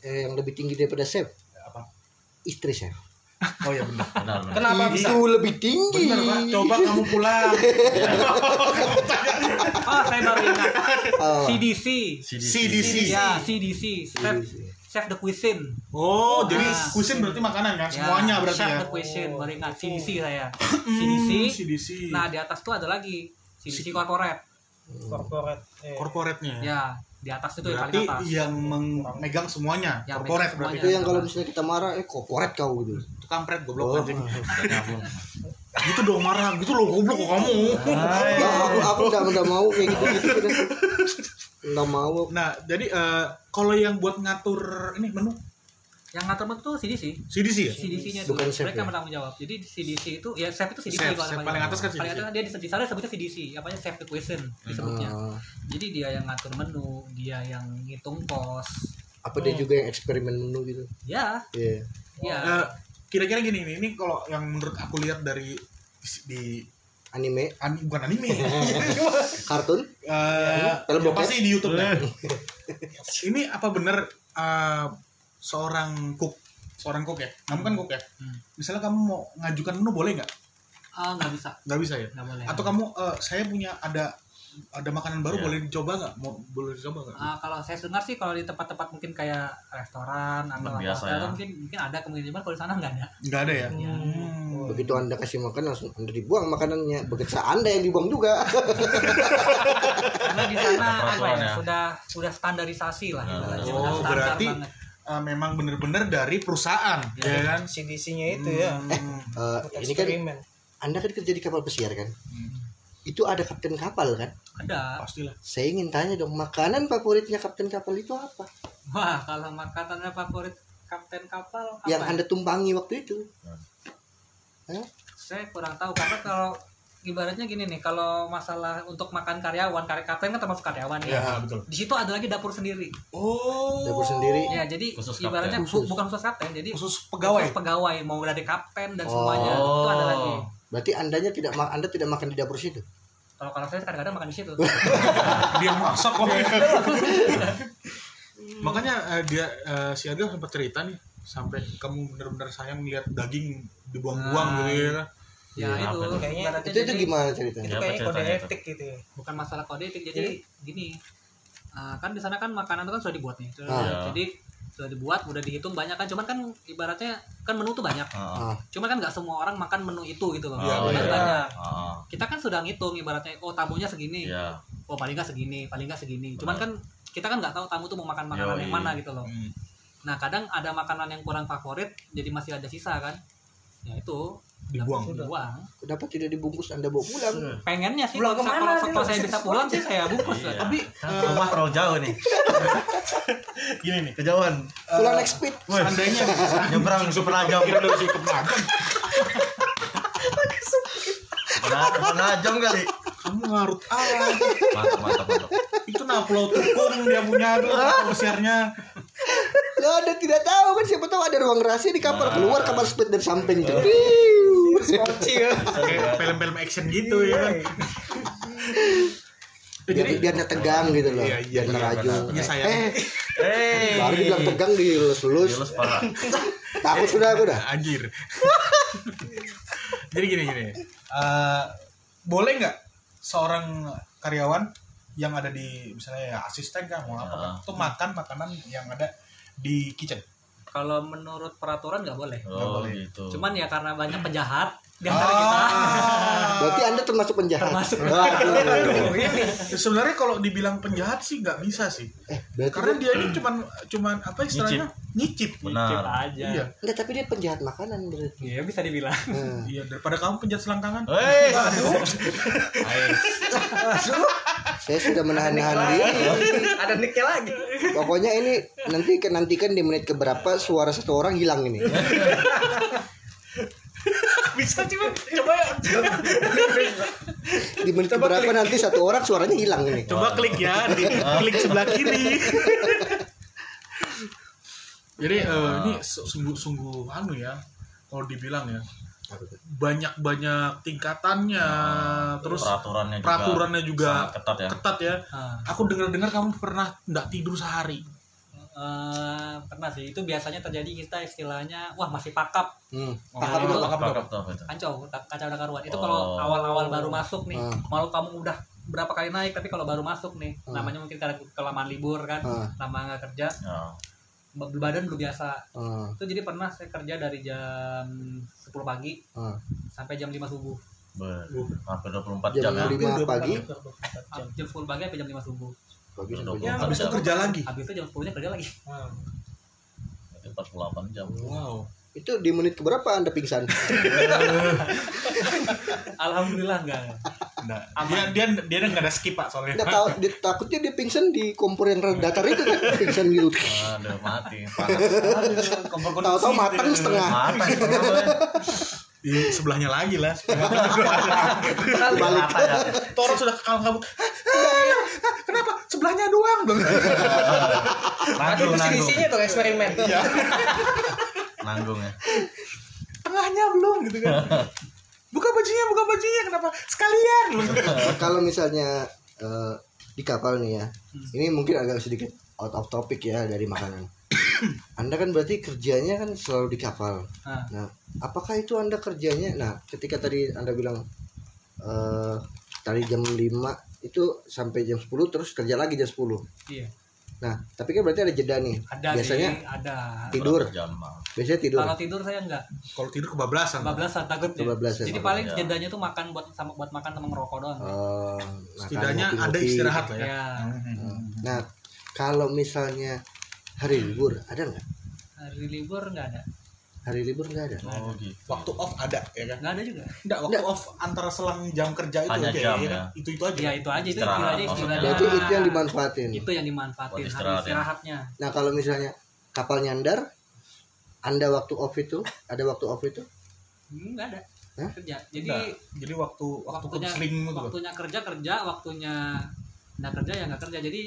A: eh, yang lebih tinggi daripada chef
C: Apa?
A: istri chef
C: Oh iya benar.
D: Benar benar.
F: Kenapa
A: itu
F: bisa?
A: lebih tinggi Ah.
C: Benar, Pak. Coba kamu pulang.
E: oh saya baru ingat
A: Oh.
E: CDC
C: CDC.
E: ya CDC chef
A: CDC.
E: chef the cuisine
C: Oh, jadi
E: Ah.
C: kusin berarti makanan kan? Semuanya
E: Ya,
C: berarti
E: chef
C: ya.
E: the cuisine
A: Oh.
E: baru ingat CDC saya
C: Hmm,
E: CDC
C: CDC.
E: nah di atas tuh ada lagi CDC corporate
F: Korporat. Eh.
C: Korporatnya.
E: ya di atas itu yang
C: Berarti iya.
E: paling atas
C: yang memegang semuanya.
E: Yang
C: Korporat
E: megang
C: berarti.
A: itu yang kalau misalnya kita marah eh korporat kau gitu
C: Tukang pret goblok
A: oh.
C: anjing. Gitu dong marah, gitu loh goblok kok kamu. Eh.
A: Ya, aku aku udah udah mau kayak gitu gitu udah. Nggak mau aku.
C: Nah, jadi eh, kalau yang buat ngatur ini menu
E: yang ngatur itu CDC
C: CDC ya?
E: CDC-nya dulu
A: Bukan chef
E: mereka
A: ya?
E: bertanggung jawab jadi CDC itu ya chef itu CDC
C: Chef,
E: kalau
C: chef
E: namanya.
C: paling atas kan
E: paling
C: CDC.
E: atas dia di, di sana sebutnya CDC apanya chef the cuisine disebutnya
A: Ah,
E: jadi dia yang ngatur menu dia yang ngitung kos
A: apa dia juga yang eksperimen menu gitu
E: ya
A: Iya.
E: ya
C: Eh, kira-kira gini nih, ini kalau yang menurut aku lihat dari di
A: anime
C: an- bukan anime.
A: kartun
C: Eh,
A: Film
C: yang
A: bokep.
C: pasti di YouTube lah. ini apa bener eh, seorang cook, seorang cook ya? Kamu kan cook ya?
E: Hmm.
C: Misalnya kamu mau ngajukan menu boleh nggak?
E: ah nggak bisa
C: Nggak bisa ya?
E: nggak boleh
C: Oh. Atau kamu eh, saya punya ada ada makanan baru
D: Iya.
C: boleh dicoba nggak? Mau boleh dicoba nggak?
E: Ah, kalau saya dengar sih kalau di tempat-tempat mungkin kayak restoran atau
D: Tempat biasa
E: apa
D: ya.
E: itu mungkin mungkin ada kemungkinan cuman kalau di sana nggak ada
C: Nggak ada ya?
E: Ya.
C: Hmm.
A: begitu anda kasih makan langsung anda dibuang makanannya begitu anda yang dibuang juga
E: karena di sana
D: Ada
E: apa
D: peraturan
E: ya,
D: ya.
E: sudah sudah standarisasi lah
D: Ya,
C: oh,
E: ibaratnya, sudah standar
C: berarti-
E: banget.
C: Eh, memang bener-bener dari perusahaan, ya,
E: Iya.
C: kan?
F: CDC-nya itu ya.
C: Hmm.
A: Eh,
F: Buat
A: ini kan
F: eksperimen.
A: anda kan kerja di kapal pesiar kan itu ada kapten kapal kan
E: ada
C: Pastilah.
A: saya ingin tanya dong makanan favoritnya kapten kapal itu apa
E: wah kalau makanannya favorit kapten kapal apa
A: yang kan-
E: ya?
A: anda tumpangi waktu itu
E: saya kurang tahu karena kalau ibaratnya gini nih kalau masalah untuk makan karyawan karya kapten kan termasuk karyawan ya
C: Ya, betul.
E: di situ ada lagi dapur sendiri
C: Oh.
A: dapur sendiri
E: ya jadi
D: Khusus kapten.
E: ibaratnya bu-
A: Khusus.
E: bukan khusus kapten jadi
C: Khusus pegawai.
E: khusus pegawai mau dari kapten dan semuanya
D: Oh.
E: itu ada lagi
A: berarti andanya tidak ma- anda tidak makan di dapur situ
E: kalau kalau saya kadang-kadang makan di situ
C: Dia masak kok. Makanya eh, dia eh, si Adel sempat cerita nih sampai kamu benar-benar sayang melihat daging dibuang-buang
E: Nah,
C: gitu ya.
E: ya
D: Iya,
E: itu
D: apa
F: Kayaknya
E: ibaratnya
A: Nah, itu itu
E: jadi-
A: gimana ceritanya
F: itu
D: Iya, apa
F: kayaknya kode
D: ceritanya itu?
F: etik gitu ya
E: bukan masalah kode etik jadi gini eh, kan di sana kan makanan itu kan sudah dibuat nih Sudah-
A: Ah.
D: Iya.
E: jadi sudah dibuat udah dihitung banyak kan cuman kan ibaratnya kan menu tuh banyak
D: Heeh.
A: ah
E: cuman kan nggak semua orang makan menu itu gitu loh
D: Iya,
E: Kan
D: iya.
E: banyak.
D: Heeh.
E: kita kan sudah ngitung ibaratnya oh tamunya segini
D: Iya.
E: oh paling nggak segini paling nggak segini cuman
D: Benar.
E: kan kita kan nggak tahu tamu tuh mau makan makanan
D: Yoi.
E: yang mana gitu loh
C: Hmm.
E: nah kadang ada makanan yang kurang favorit jadi masih ada sisa kan ya itu
C: Dibuang.
E: dibuang
A: kenapa tidak dibungkus anda bawa
D: Eh,
A: pulang
E: pengennya sih
F: Pulang
E: kalau
F: kemana
E: kalau,
F: dia?
E: kalau saya bisa pulang sih saya bungkus lah.
D: Iya.
E: tapi
D: Tapi rumah terlalu jauh nih.
C: Gini nih.
D: Kejauhan.
A: pulang next speed
C: Seandainya
D: Nyebrang sepenajam.
C: kira dari si Kemenangan,
D: Nah, sepenajam kali.
C: kamu ngarut ah
D: Mantap, mantap, mantap.
C: itu naplo tukung dia punya tuh besarnya
A: lo anda tidak tahu kan siapa tahu ada ruang rahasia di kamar
C: Nah.
A: keluar kamar speed dari samping tuh
C: Iya.
F: kecil
C: kayak film-film action gitu ya
F: Iya.
C: kan.
A: biar biar nggak tegang gitu loh
C: Iya, iya,
A: biar nggak
C: iya,
A: rajung
C: benar. Iya, sayang.
A: eh
D: Hey.
A: baru dibilang tegang dilus lus
D: Gilus parah.
A: takut sudah aku dah
C: anjir jadi gini gini Eh, boleh nggak seorang karyawan yang ada di misalnya ya, asisten kah mau apa kah,
E: Ah.
D: Ya.
C: itu makan makanan yang ada di kitchen
E: kalau menurut peraturan nggak boleh
D: Oh, gitu.
E: cuman ya karena banyak penjahat di antara kita
C: Ah.
A: berarti anda termasuk penjahat
E: Termasuk.
A: Wah, aduh, aduh, aduh.
C: sebenarnya kalau dibilang penjahat sih nggak bisa sih
A: eh berarti
C: karena dia ini cuman cuman apa istilahnya nyicip,
E: Cip
D: benar.
E: aja
C: iya
A: Enggak, tapi dia penjahat makanan berarti
E: ya bisa dibilang
A: Nah.
C: iya daripada kamu penjahat selangkangan
D: Hei.
A: saya sudah menahan-nahan diri
F: ada nicknya lagi
A: Pokoknya ini nanti nantikan di menit keberapa suara satu orang hilang ini.
F: bisa coba coba
A: Di menit keberapa nanti satu orang suaranya hilang ini.
C: Coba klik ya, di, klik sebelah kiri. Jadi eh, ini se- sungguh-sungguh anu ya, kalau dibilang ya banyak-banyak tingkatannya, terus
D: peraturannya juga.
C: peraturannya Ah. juga
D: sangat ketat ya.
C: ketat ya.
E: Ah,
C: Aku dengar-dengar kamu pernah nggak tidur sehari.
E: eh, pernah sih itu biasanya terjadi kita istilahnya wah masih pakap
A: Hmm.
C: Nah,
E: Pakap
C: pakap
E: itu
C: itu apa?
D: Pakap tuh apa itu?
E: kacau tak- kacau ada karuan itu
D: Oh.
E: kalau awal-awal baru masuk nih
A: Hmm.
E: malu kamu udah berapa kali naik tapi kalau baru masuk nih
A: Hmm.
E: namanya mungkin karena kelamaan libur kan
A: Ah,
E: lama nggak kerja
D: Ya.
E: b- badan belum biasa
A: ah,
E: itu jadi pernah saya kerja dari jam 10 pagi
A: ah.
E: sampai jam 5 subuh
D: Ber, hampir 24
A: Jam
D: jam ya.
A: 5 pagi.
E: Ah, jam 10 pagi sampai jam 5 subuh
A: Pagi
D: Udah
A: sampai
D: Ya,
A: jam.
D: 24
C: Habis itu
D: jam.
C: kerja lagi.
E: habis itu jam 10 nya kerja lagi
F: Ah.
D: Berarti 48 jam.
C: Wow.
A: Itu di menit keberapa Anda pingsan?
E: alhamdulillah enggak
C: Nah,
E: Aman.
C: dia dia dia nggak ada skip pak soalnya.
A: Enggak tahu dia- takutnya dia pingsan di kompor yang datar itu kan pingsan gitu.
D: Aduh, mati. Panas.
A: Tahu-tahu matang setengah.
D: Mata setengah, Boy.
C: Di Iya, sebelahnya lagi lah.
D: Mata ya.
C: Toro sudah kekal kabut. Kenapa? Sebelahnya doang belum.
D: Nanggung,
F: itu
D: nanggung.
F: isinya tuh eksperimen
D: Nanggung ya.
C: tengahnya belum gitu kan buka bajunya buka bajunya kenapa sekalian
A: Kalau misalnya eh, di kapal nih ya. Ini mungkin agak sedikit out of topic ya dari makanan. Anda kan berarti kerjanya kan selalu di kapal.
E: Ah.
A: Nah, apakah itu Anda kerjanya? Nah, ketika tadi Anda bilang eh tadi jam 5 itu sampai jam 10 terus kerja lagi jam 10.
E: Iya.
A: Nah, tapi kan berarti ada jeda nih.
E: ada
A: Biasanya-
E: sih ada
A: Tidur.
D: Berapa Jam. Bang?
G: Oh,
A: Biasanya tidur Ah.
E: kalau tidur saya enggak
C: kalau tidur kebablasan
E: 12 takut ya.
A: 12 ya.
E: jadi paling
D: Ya.
E: jedanya tuh makan buat sama buat makan sama ngerokok doang
A: Eh,
C: setidaknya
A: makan,
C: ada
A: ngopi-ngopi.
C: istirahat lah
A: iya.
C: ya
E: ya
A: Nah, kalau misalnya hari libur ada nggak?
E: hari libur enggak ada
A: Hari libur nggak ada.
D: Oh gitu.
C: waktu off ada ya kan
E: enggak ada juga
C: enggak waktu off antara selang jam kerja itu
D: Hanya
C: aja
D: jam,
C: ya kan?
D: ya.
C: itu itu aja
E: ya itu aja
D: Istirahat,
E: itu istilahnya
D: maksudnya.
E: istilahnya
A: Berarti itu yang dimanfaatin.
E: itu yang dimanfaatin
D: Buat
E: hari
D: istirahat ya.
E: istirahatnya
A: Nah, kalau misalnya kapal nyandar anda waktu off itu, ada waktu off itu,
E: Hmm, enggak ada
A: Hah?
E: kerja jadi
C: Enggak. jadi waktu waktu
E: Waktunya-
C: keseling gitu loh.
E: waktunya kerja kerja waktunya nggak kerja ya nggak kerja jadi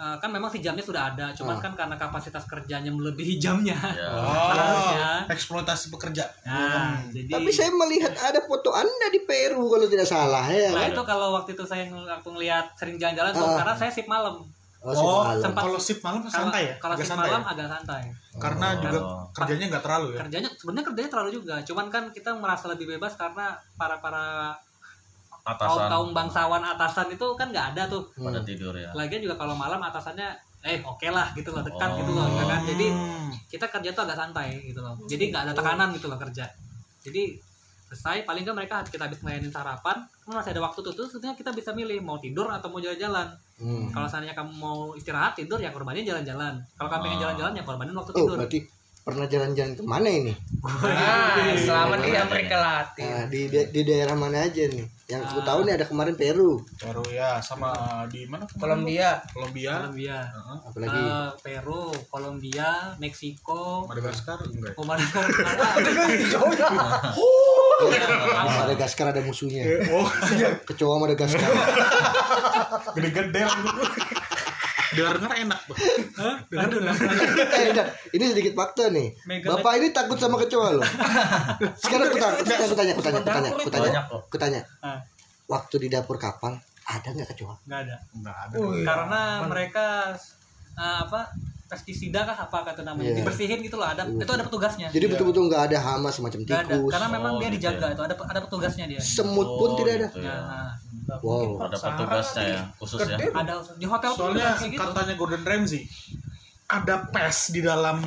E: eh, kan memang si jamnya sudah ada
A: Ah.
E: cuman kan karena kapasitas kerjanya melebihi jamnya
D: Ya.
C: oh,
E: Seharusnya.
C: eksploitasi pekerja
E: nah
C: Hmm.
E: jadi
A: Tapi saya melihat ada foto Anda di Peru kalau tidak salah ya.
E: Nah, itu kalau waktu itu saya ng- aku ngelihat sering jalan-jalan tuh,
A: Ah.
E: karena saya sip malam
A: Oh, sip
C: Oh,
A: malam.
E: sempat-
C: Kalau sip malam
E: Kalau-
C: santai ya?
E: Kalau
C: Agak
E: shift
C: santai
E: malam ah.
C: ya?
E: agak santai.
C: Karena
A: Oh.
C: juga
D: Oh.
C: kerjanya nggak terlalu ya?
E: Kerjanya sebenarnya kerjanya terlalu juga. Cuman kan kita merasa lebih bebas karena para para kaum
D: atasan
E: kaum bangsawan atasan itu kan nggak ada tuh.
A: Hmm.
D: pada tidur ya
E: Lagian juga kalau malam atasannya eh oke lah gitu loh dekat
D: Oh.
E: gitu loh ya kan. Jadi
C: Hmm.
E: kita kerja tuh agak santai gitu
A: Hmm.
E: loh.
A: Oh.
E: Jadi nggak ada tekanan gitu loh kerja. Jadi selesai paling nggak mereka kita habis ngelayanin sarapan kan masih ada waktu tuh terus sebenarnya kita bisa milih mau tidur atau mau jalan-jalan
A: Hmm.
E: kalau seandainya kamu mau istirahat tidur ya korbanin jalan-jalan kalau kamu pengen
D: Ah.
E: jalan-jalan ya korbanin waktu
A: Oh,
E: tidur
A: berarti pernah jalan-jalan kemana ini?
F: Nah, selama
D: Iya,
F: di Amerika
A: Nah,
F: Latin.
A: di, di di daerah mana aja nih? Yang aku
E: Iya. Ah.
A: tahu nih ada kemarin Peru,
C: Peru ya, sama di mana?
F: Kolombia,
C: Kolombia,
E: Kolombia
C: Heeh.
A: apalagi
E: Eh, Peru Kolombia Meksiko
C: Madagaskar, enggak. ya?
E: Oh, Madagaskar.
A: Yang Madagaskar Oh, ada musuhnya.
C: Oh,
A: Kecoa Madagaskar.
C: gede-gede lagi. Dengar enak. Bang.
E: Aduh, nah.
A: eh, Dan, ini sedikit fakta nih.
E: Mega-
A: Bapak ini takut sama kecoa loh. Sekarang aku tanya, aku tanya, aku tanya, aku tanya, aku tanya, aku tanya,
D: banyak kok
A: aku tanya.
E: Ah.
A: Waktu di dapur kapal ada nggak kecoa?
E: nggak ada
A: Oh,
C: Enggak ada.
A: iya.
E: karena mereka eh, apa pestisida kah apa kata namanya
A: Iya.
E: dibersihin gitu loh ada
A: Iya.
E: itu ada petugasnya
A: Jadi betul-betul nggak ada hama semacam
E: Nggak ada
A: tikus,
E: karena memang
D: Oh,
E: dia
D: gitu
E: dijaga
D: ya.
E: itu ada ada petugasnya dia
A: semut pun
D: Oh,
A: tidak ada.
D: gitu ya.
E: Nah,
A: Wow.
D: ada petugasnya ya khusus ya
F: Gede.
E: ada di hotel pun
C: Soalnya
E: kayak gitu
C: katanya Gordon Ramsay ada pes di dalam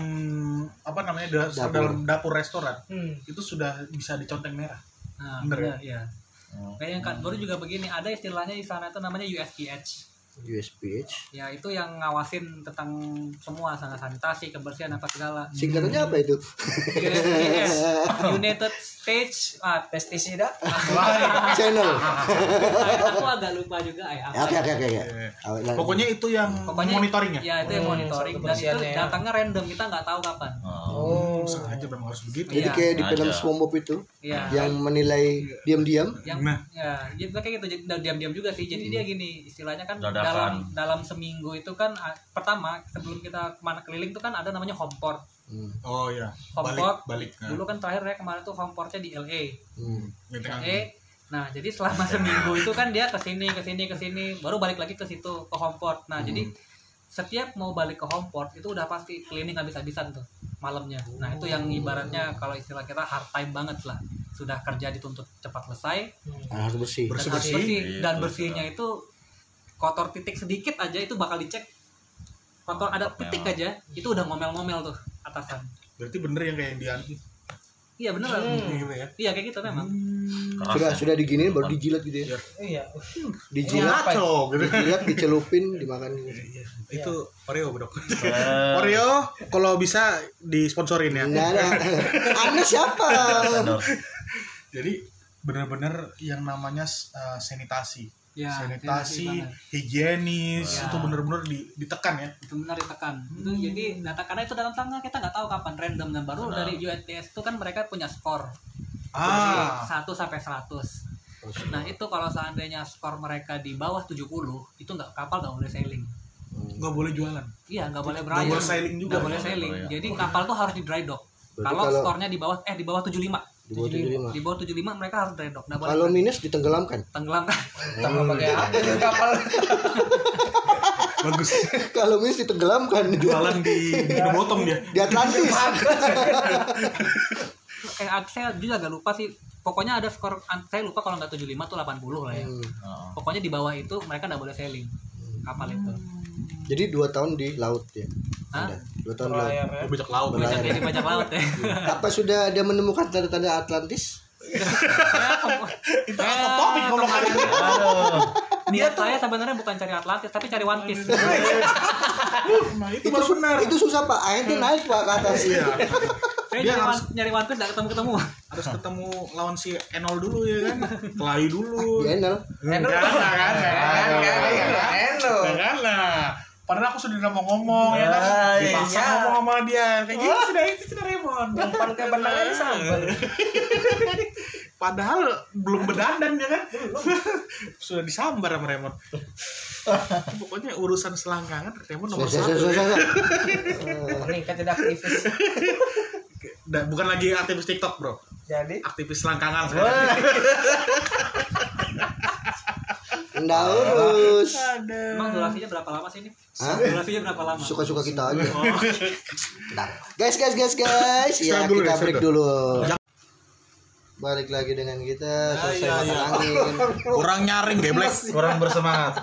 C: apa namanya da-
A: Dapur.
C: dalam dapur restoran
F: Hmm.
C: itu sudah bisa diconteng merah.
E: nah,
C: Bener
E: bener, iya.
G: Oh,
D: Hmm.
E: Kayak yang Kak Dodo juga begini, ada istilahnya di sana itu namanya USPH.
A: USPH.
E: Ya itu yang ngawasin tentang semua sana sanitasi, kebersihan apa segala.
A: Singkatannya apa itu?
E: USPH, United States. Ah,
F: Pestisida.
A: Channel.
E: saya Nah, aku agak lupa juga ya.
A: Ya, Oke oke oke. oke.
C: Iya.
A: Awet lagi.
C: Pokoknya itu yang
E: Pokoknya-
C: monitoring ya.
E: Ya itu yang
F: Hmm,
E: monitoring dan itu
F: kebersihannya.
E: datangnya random kita nggak tahu kapan.
D: ya. Oh.
F: Oh,
C: Hmm, sengaja memang harus begitu.
A: Jadi
E: Iya.
A: kayak di
D: Ada.
A: film SpongeBob itu
E: Iya.
A: yang menilai diam-diam.
E: yang
C: Nah.
E: ya dia kayak gitu jadi- dan diam-diam juga sih jadi dia gini istilahnya kan
D: Dadakan.
E: dalam dalam seminggu itu kan ah, pertama sebelum kita kemana keliling itu kan ada namanya homeport
A: Hmm.
C: Oh iya.
E: Kompor.
C: Balik balik. Nah,
E: dulu kan terakhir ya kemarin tuh homeportnya di LA
A: Hmm.
C: ngeteng
E: LA
C: angin.
E: nah jadi selama seminggu itu kan dia kesini kesini kesini baru balik lagi ke situ ke homeport nah jadi setiap mau balik ke homeport itu udah pasti cleaning habis-habisan tuh malamnya nah itu yang ibaratnya kalau istilah kita hard time banget lah sudah kerja dituntut cepat selesai
A: Nah, harus bersih.
E: dan harus
C: Bersih-bersih.
E: bersih
D: Iya,
E: dan
D: itu
E: bersihnya itu kotor titik sedikit aja itu bakal dicek kotor ada
D: Kotornya.
E: titik aja itu udah ngomel-ngomel tuh atasan
C: Berarti bener yang kayak yang di
E: iya bener lah.
C: gitu ya.
E: iya kayak gitu memang
D: Keras
A: Sudah
D: ya.
A: sudah diginiin baru dijilat gitu ya.
F: Iya.
A: Dijilat,
F: Apa ya?
C: Ngaco gitu.
E: Iya.
A: dijilat, dicelupin, dimakan. gitu.
C: Iya, Itu Oreo bro.
D: Eh,
C: Oreo kalau bisa disponsorin ya.
A: Enggak ada. Nah, Anda siapa?
C: Nah,
D: endorse.
C: Jadi benar-benar yang namanya uh, sanitasi,
E: ya
C: sanitasi,
E: banget.
C: higienis
E: Ya.
C: itu benar-benar di- ditekan ya.
E: itu benar ditekan itu jadi data karena itu dalam tangga kita nggak tahu kapan random dan baru
D: Benar.
E: dari UNTS itu kan mereka punya skor
C: Ah,
E: 1 sampai 100 nah itu kalau seandainya skor mereka di bawah 70 itu nggak kapal nggak boleh sailing
C: nggak boleh jualan.
E: iya nggak boleh
C: Nggak
E: berlayar
C: boleh sailing juga.
E: nggak boleh
D: Nggak
E: sailing
D: boleh, ya.
E: jadi kapal tuh harus di dry dock
A: Berarti
E: kalau
A: kalau-
E: skornya di bawah eh di bawah 75
A: Di bawah 75.
E: di bawah 75 mereka harus dry dock nggak boleh
A: Kalau minus ditenggelamkan.
E: tenggelam kan
F: Tambah pakai apa itu kapal?
C: Bagus.
A: Kalau minus ditenggelamkan.
C: jualan di di bottom dia.
A: Di Atlantis.
E: eh saya juga agak lupa sih pokoknya ada skor saya lupa kalau nggak 75 tuh 80 lah ya
A: Hmm.
D: Oh.
E: pokoknya di bawah itu mereka nggak boleh sailing kapal itu
A: Jadi dua tahun di laut ya.
E: Hah?
A: Anda. Dua tahun di laut.
F: Layar ya.
C: Bajak laut.
E: bisa
A: Berlayar.
E: jadi bajak laut ya
A: Apa sudah ada menemukan tanda-tanda Atlantis?
E: itu
C: Nah,
E: apa topik
D: Aduh.
E: niat saya sebenarnya bukan cari Atlantis tapi cari One Piece
C: Nah, itu baru benar. Hmm.
A: Itu susah pak, akhirnya naik pak ke atas.
C: Iya.
E: saya
C: Dia
E: nyari,
C: harus-
E: One- nyari One Piece nggak ketemu ketemu
C: Harus ketemu lawan si Enol dulu ya kan. Kelahi dulu.
A: Di Enel.
C: Enol kan kan. kan lah. Padahal aku sudah udah mau ngomong ya kan.
D: Nah,
C: Dipaksa
F: iya.
C: ngomong sama dia kayak gitu sudah itu sudah Iya. remon.
F: Umpan ke benangan sambal.
C: Padahal belum berdandan ya kan. sudah disambar sama Remon. Pokoknya urusan selangkangan Remon nomor
A: Sudah,
C: satu.
A: sudah, sudah, sudah.
F: Meningkat kan jadi aktivis.
C: Dan bukan lagi aktivis TikTok bro,
F: Jadi
C: aktivis selangkangan. sekarang.
A: Nggak urus.
C: Ada.
E: emang durasinya berapa lama sih ini
A: Hah?
E: Durasinya berapa lama?
A: Suka-suka kita aja.
C: Oh.
A: Bentar. Guys, guys, guys, guys. Ya,
C: Sekarang dulu
A: kita
C: ya,
A: break
C: sudah.
A: dulu. Balik lagi dengan kita selesai
C: iya,
A: makan
C: iya.
A: angin.
C: Kurang nyaring geblek.
G: Kurang bersemangat.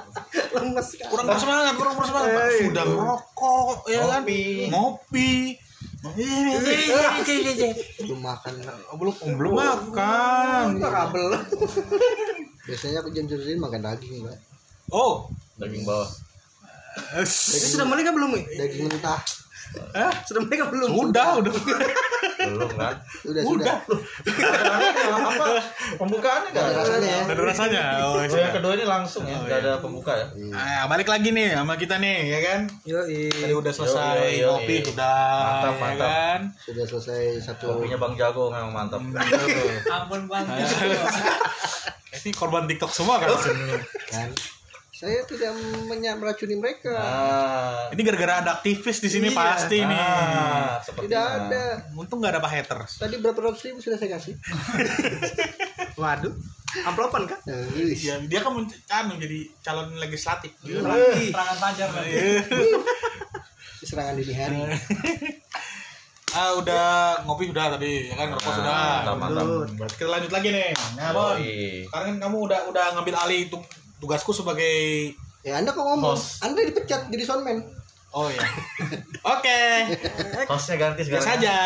F: lemes kan
C: Kurang bersemangat, kurang bersemangat. Pak. Sudah merokok ya kan. Ngopi.
A: Belum makan.
C: Belum belum makan.
F: Nggak kabel
A: Biasanya aku jam-jam makan daging, Mbak.
C: Oh.
G: Daging bawah.
F: Ini sudah mulai kan belum Mi?
A: Daging mentah.
F: sudah mulai kan belum
C: Udah, udah.
G: Belum kan?
A: Sudah, sudah.
G: Apa? Pembukaannya
A: Nggak
G: enggak
A: ada
G: ada.
A: rasanya.
C: Nggak ada rasanya. Oh,
G: Oh, yang kedua ini langsung ya, enggak ada pembuka ya.
A: Iya,
C: Ah, balik lagi nih sama kita nih, ya kan?
F: Yoi.
C: Tadi udah selesai
G: Yo, yo, yo,
C: ngopi
G: yo.
C: sudah,
G: Mantap,
C: ya
G: mantap.
C: kan?
A: Sudah selesai satu
G: Kopinya Bang Jago memang mantap.
E: Ampun bang.
C: Eh, Ini korban TikTok semua kan?
A: kan. Saya tidak menya- meracuni mereka.
G: Ah,
C: Ini gara-gara ada aktivis di sini
A: Iya.
C: pasti nih.
G: ah, seperti
A: Tidak
C: Iya.
A: ada.
C: Untung nggak ada pak haters.
A: Tadi berapa ratus ribu sudah saya kasih?
F: waduh amplopan kan
A: Nah,
C: Ya, dia kan men- anu, jadi calon legislatif.
G: Iya.
E: Serangan ya. pajar bang.
A: serangan dini hari.
C: Iya. Ah, udah ngopi sudah tadi, ya kan? Ngerokok
G: Ah,
C: sudah.
G: mantap, mantap.
C: Berarti kita lanjut lagi nih. Nah, Bon.
G: Yoi.
C: Sekarang kan kamu udah udah ngambil alih tu- tugasku sebagai
A: Ya Anda kok ngomong?
G: Host.
A: Anda dipecat jadi soundman.
C: Oh ya. Oke,
G: Hostnya ganti sekarang.
C: biasa aja.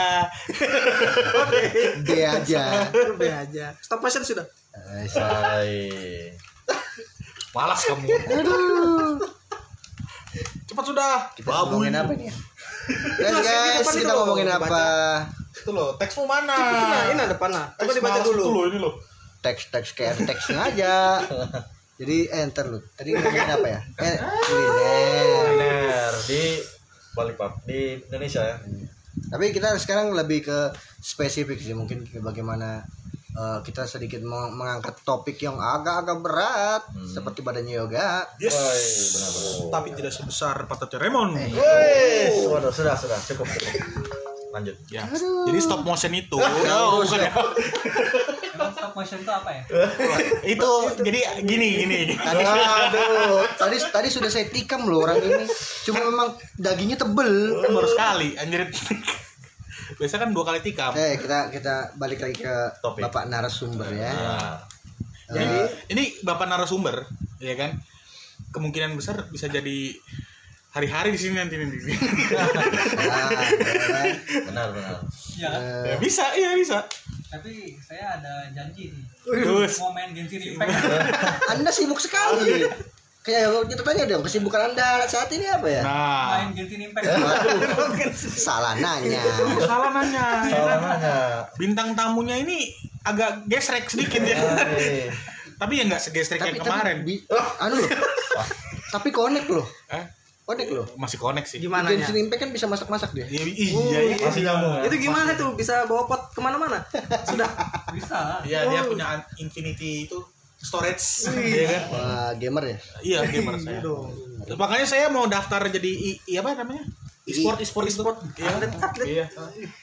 A: Dia aja.
F: udah aja stop passion sudah
G: Baik.
C: Malas kamu.
A: Aduh.
C: Cepat sudah.
A: Kita ngomongin apa nih? ya? Guys, guys,
F: depan
A: kita
F: itu
A: ngomongin
F: loh,
A: apa?
C: Itu loh, teksmu mana?
F: nah ini depan lah coba
C: Teks
F: dibaca
C: malas
F: dulu
C: itu loh, ini loh.
A: Teks-teks kayak teksnya aja. Jadi eh, ntar lu. Tadi ngomongin apa ya? Eh, kuliner.
G: Kuliner di Balikpapan di Indonesia ya.
A: Tapi kita sekarang lebih ke spesifik sih mungkin ke bagaimana eh, kita sedikit meng- mengangkat topik yang agak-agak berat
F: Hmm.
A: seperti badannya yoga.
C: Yes.
G: Woi, benar-benar.
C: Tapi tidak sebesar Patato Remon.
F: Eh,
G: Wes, waduh, sudah, sudah, cukup, cukup. Lanjut.
C: Ya. Jadi stop motion itu.
A: Nggak
C: Oh,
A: usah.
C: bukan ya.
E: Emang stop motion itu apa ya?
C: itu jadi gini gini.
A: Tadi, aduh, tadi tadi sudah saya tikam loh orang ini. Cuma memang dagingnya tebel.
C: Kan baru sekali anjir. Biasa kan dua kali tikam.
F: Eh.
A: Oke, Eh, kita kita balik lagi ke
G: Topik.
A: Bapak narasumber ya.
G: Nah,
A: Eh,
C: Jadi ini bapak narasumber, ya kan? Kemungkinan besar bisa jadi hari-hari di sini nanti nanti.
A: ah, eh,
G: benar, benar.
E: Iya kan?
A: eh,
C: ya, bisa, iya bisa.
E: Tapi saya ada janji nih.
C: Terus
E: Mau main Genshin Impact.
A: Anda sibuk
C: Iya.
A: sekali. Kayak kita tanya dong, kesibukan Anda saat ini apa ya?
C: Nah,
E: Main Genshin Impact.
A: Waduh, salah nanya.
C: salah nanya. ya kan?
G: Soalnya
C: Bintang tamunya ini agak gesrek sedikit
F: Iya,
C: ya. tapi ya nggak segesrek yang kemarin.
A: bi- anu loh. tapi connect loh.
C: Hah?
A: Connect loh.
C: Masih connect sih.
F: gimana ya
A: Genshin Impact kan bisa masak-masak dia.
C: Iya, iya, iya.
G: masih nyambung ya.
F: itu gimana tuh bisa bawa pot kemana-mana sudah
E: Bisa lah.
C: Iya, dia punya infinity itu storage. Iya kan?
A: Wah, gamer ya.
C: Iya, gamer saya.
F: Gitu.
C: Makanya saya mau daftar jadi i, i- apa namanya? E-sport, e-sport, e-sport. Iya. Iya.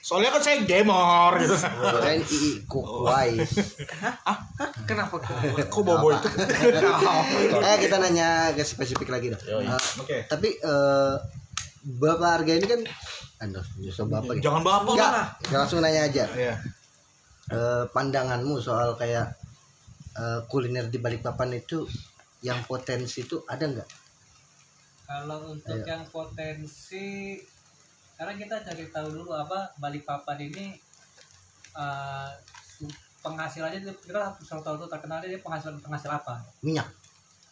C: Soalnya kan saya gamer gitu.
A: Keren ii kukuai.
F: kenapa
C: Kok bobo itu?
A: Eh kita nanya ke spesifik lagi dah.
G: Yoi.
A: Eh,
G: Oke.
A: tapi eh Bapak harga ini kan Aduh, justru Bapak gitu.
C: Jangan baper
A: Enggak,
C: lah.
A: langsung nanya aja.
C: Iya.
A: Eh, pandanganmu soal kayak eh, kuliner di Balikpapan itu yang potensi itu ada nggak?
E: Kalau untuk
A: Ayo.
E: yang potensi karena kita cari tahu dulu apa Balikpapan ini eh, su- penghasilannya itu- kita selalu tahu tuh terkenalnya dia penghasilan penghasil apa
A: Minyak.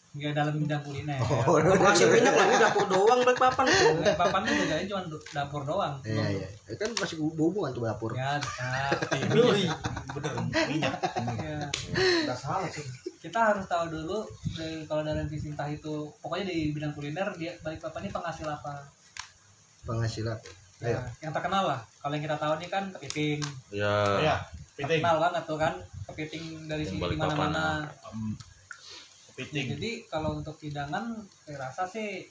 E: nggak dalam bidang kuliner
A: Oh.
F: masih minyak lah ini dapur doang balik papan
E: Balikpapan tuh kerjanya cuma du- dapur doang
A: Iya, iya. Eh, Kan masih hubungan tuh dapur.
E: ya bisa
C: Iya. Bener, minyak.
E: Iya. kita harus tahu dulu dari- kalau dari sisi entah itu pokoknya di bidang kuliner dia Balikpapan ini penghasil apa
A: penghasilan.
E: Ya,
A: Ayo.
E: yang terkenal lah kalau yang kita tahu ini kan kepiting
G: Ya.
C: Iya. Piting.
E: terkenal banget tuh kan kepiting dari
G: Yang ah,
E: sini di
G: Balikpapan,
E: mana-mana
C: Um,
E: Ya,
C: Piting.
E: jadi kalau untuk hidangan saya rasa sih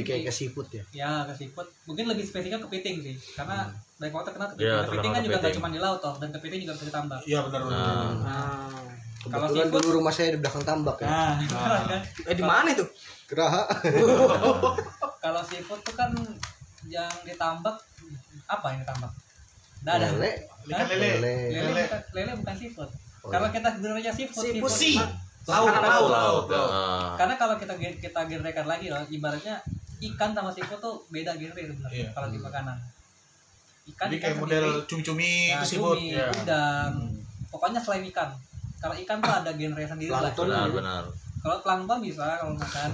A: Lebih kayak
E: di-
A: ke seafood ya.
E: ya ke seafood mungkin lebih spesifiknya kepiting sih karena
A: Hmm.
E: banyak banget terkenal kepiting
G: Iya,
E: kepiting
G: terkenal
E: kan juga nggak
G: kepiting.
E: cuma di laut toh dan kepiting juga bisa ditambah
C: Iya benar benar.
G: Nah,
F: Ah.
E: Kalau
A: Kebetulan
E: seafood-
A: dulu
G: Ah.
A: rumah saya di belakang tambak ya.
E: nah, kan
F: eh di mana itu
A: Geraha.
E: Kalau seafood tuh kan yang ditambak apa yang ditambak? Dada.
A: Lele.
E: Hah?
C: Lele.
A: Lele.
E: Lele,
C: Lele.
E: bukan, lele bukan seafood.
A: Oh,
E: Kalau kita genrenya seafood,
C: Seafood sih.
E: cuma-
C: Laut,
E: Karena-
C: laut, laut.
D: laut. Ah.
E: Karena kalau kita gen- kita genrekan lagi loh, ibaratnya ikan sama seafood tuh beda genre sebenarnya
C: Iya.
E: kalau di makanan. Ikan
C: Jadi
E: ikan
C: kayak model
E: sendiri,
C: cumi-cumi
E: Kan nah,
C: itu seafood.
E: cumi,
C: Ya.
E: udang. Pokoknya selain ikan. Kalau ikan tuh ada genre sendiri lah.
A: Plankton.
D: Benar, benar.
E: Kalau plankton bisa kalau makan.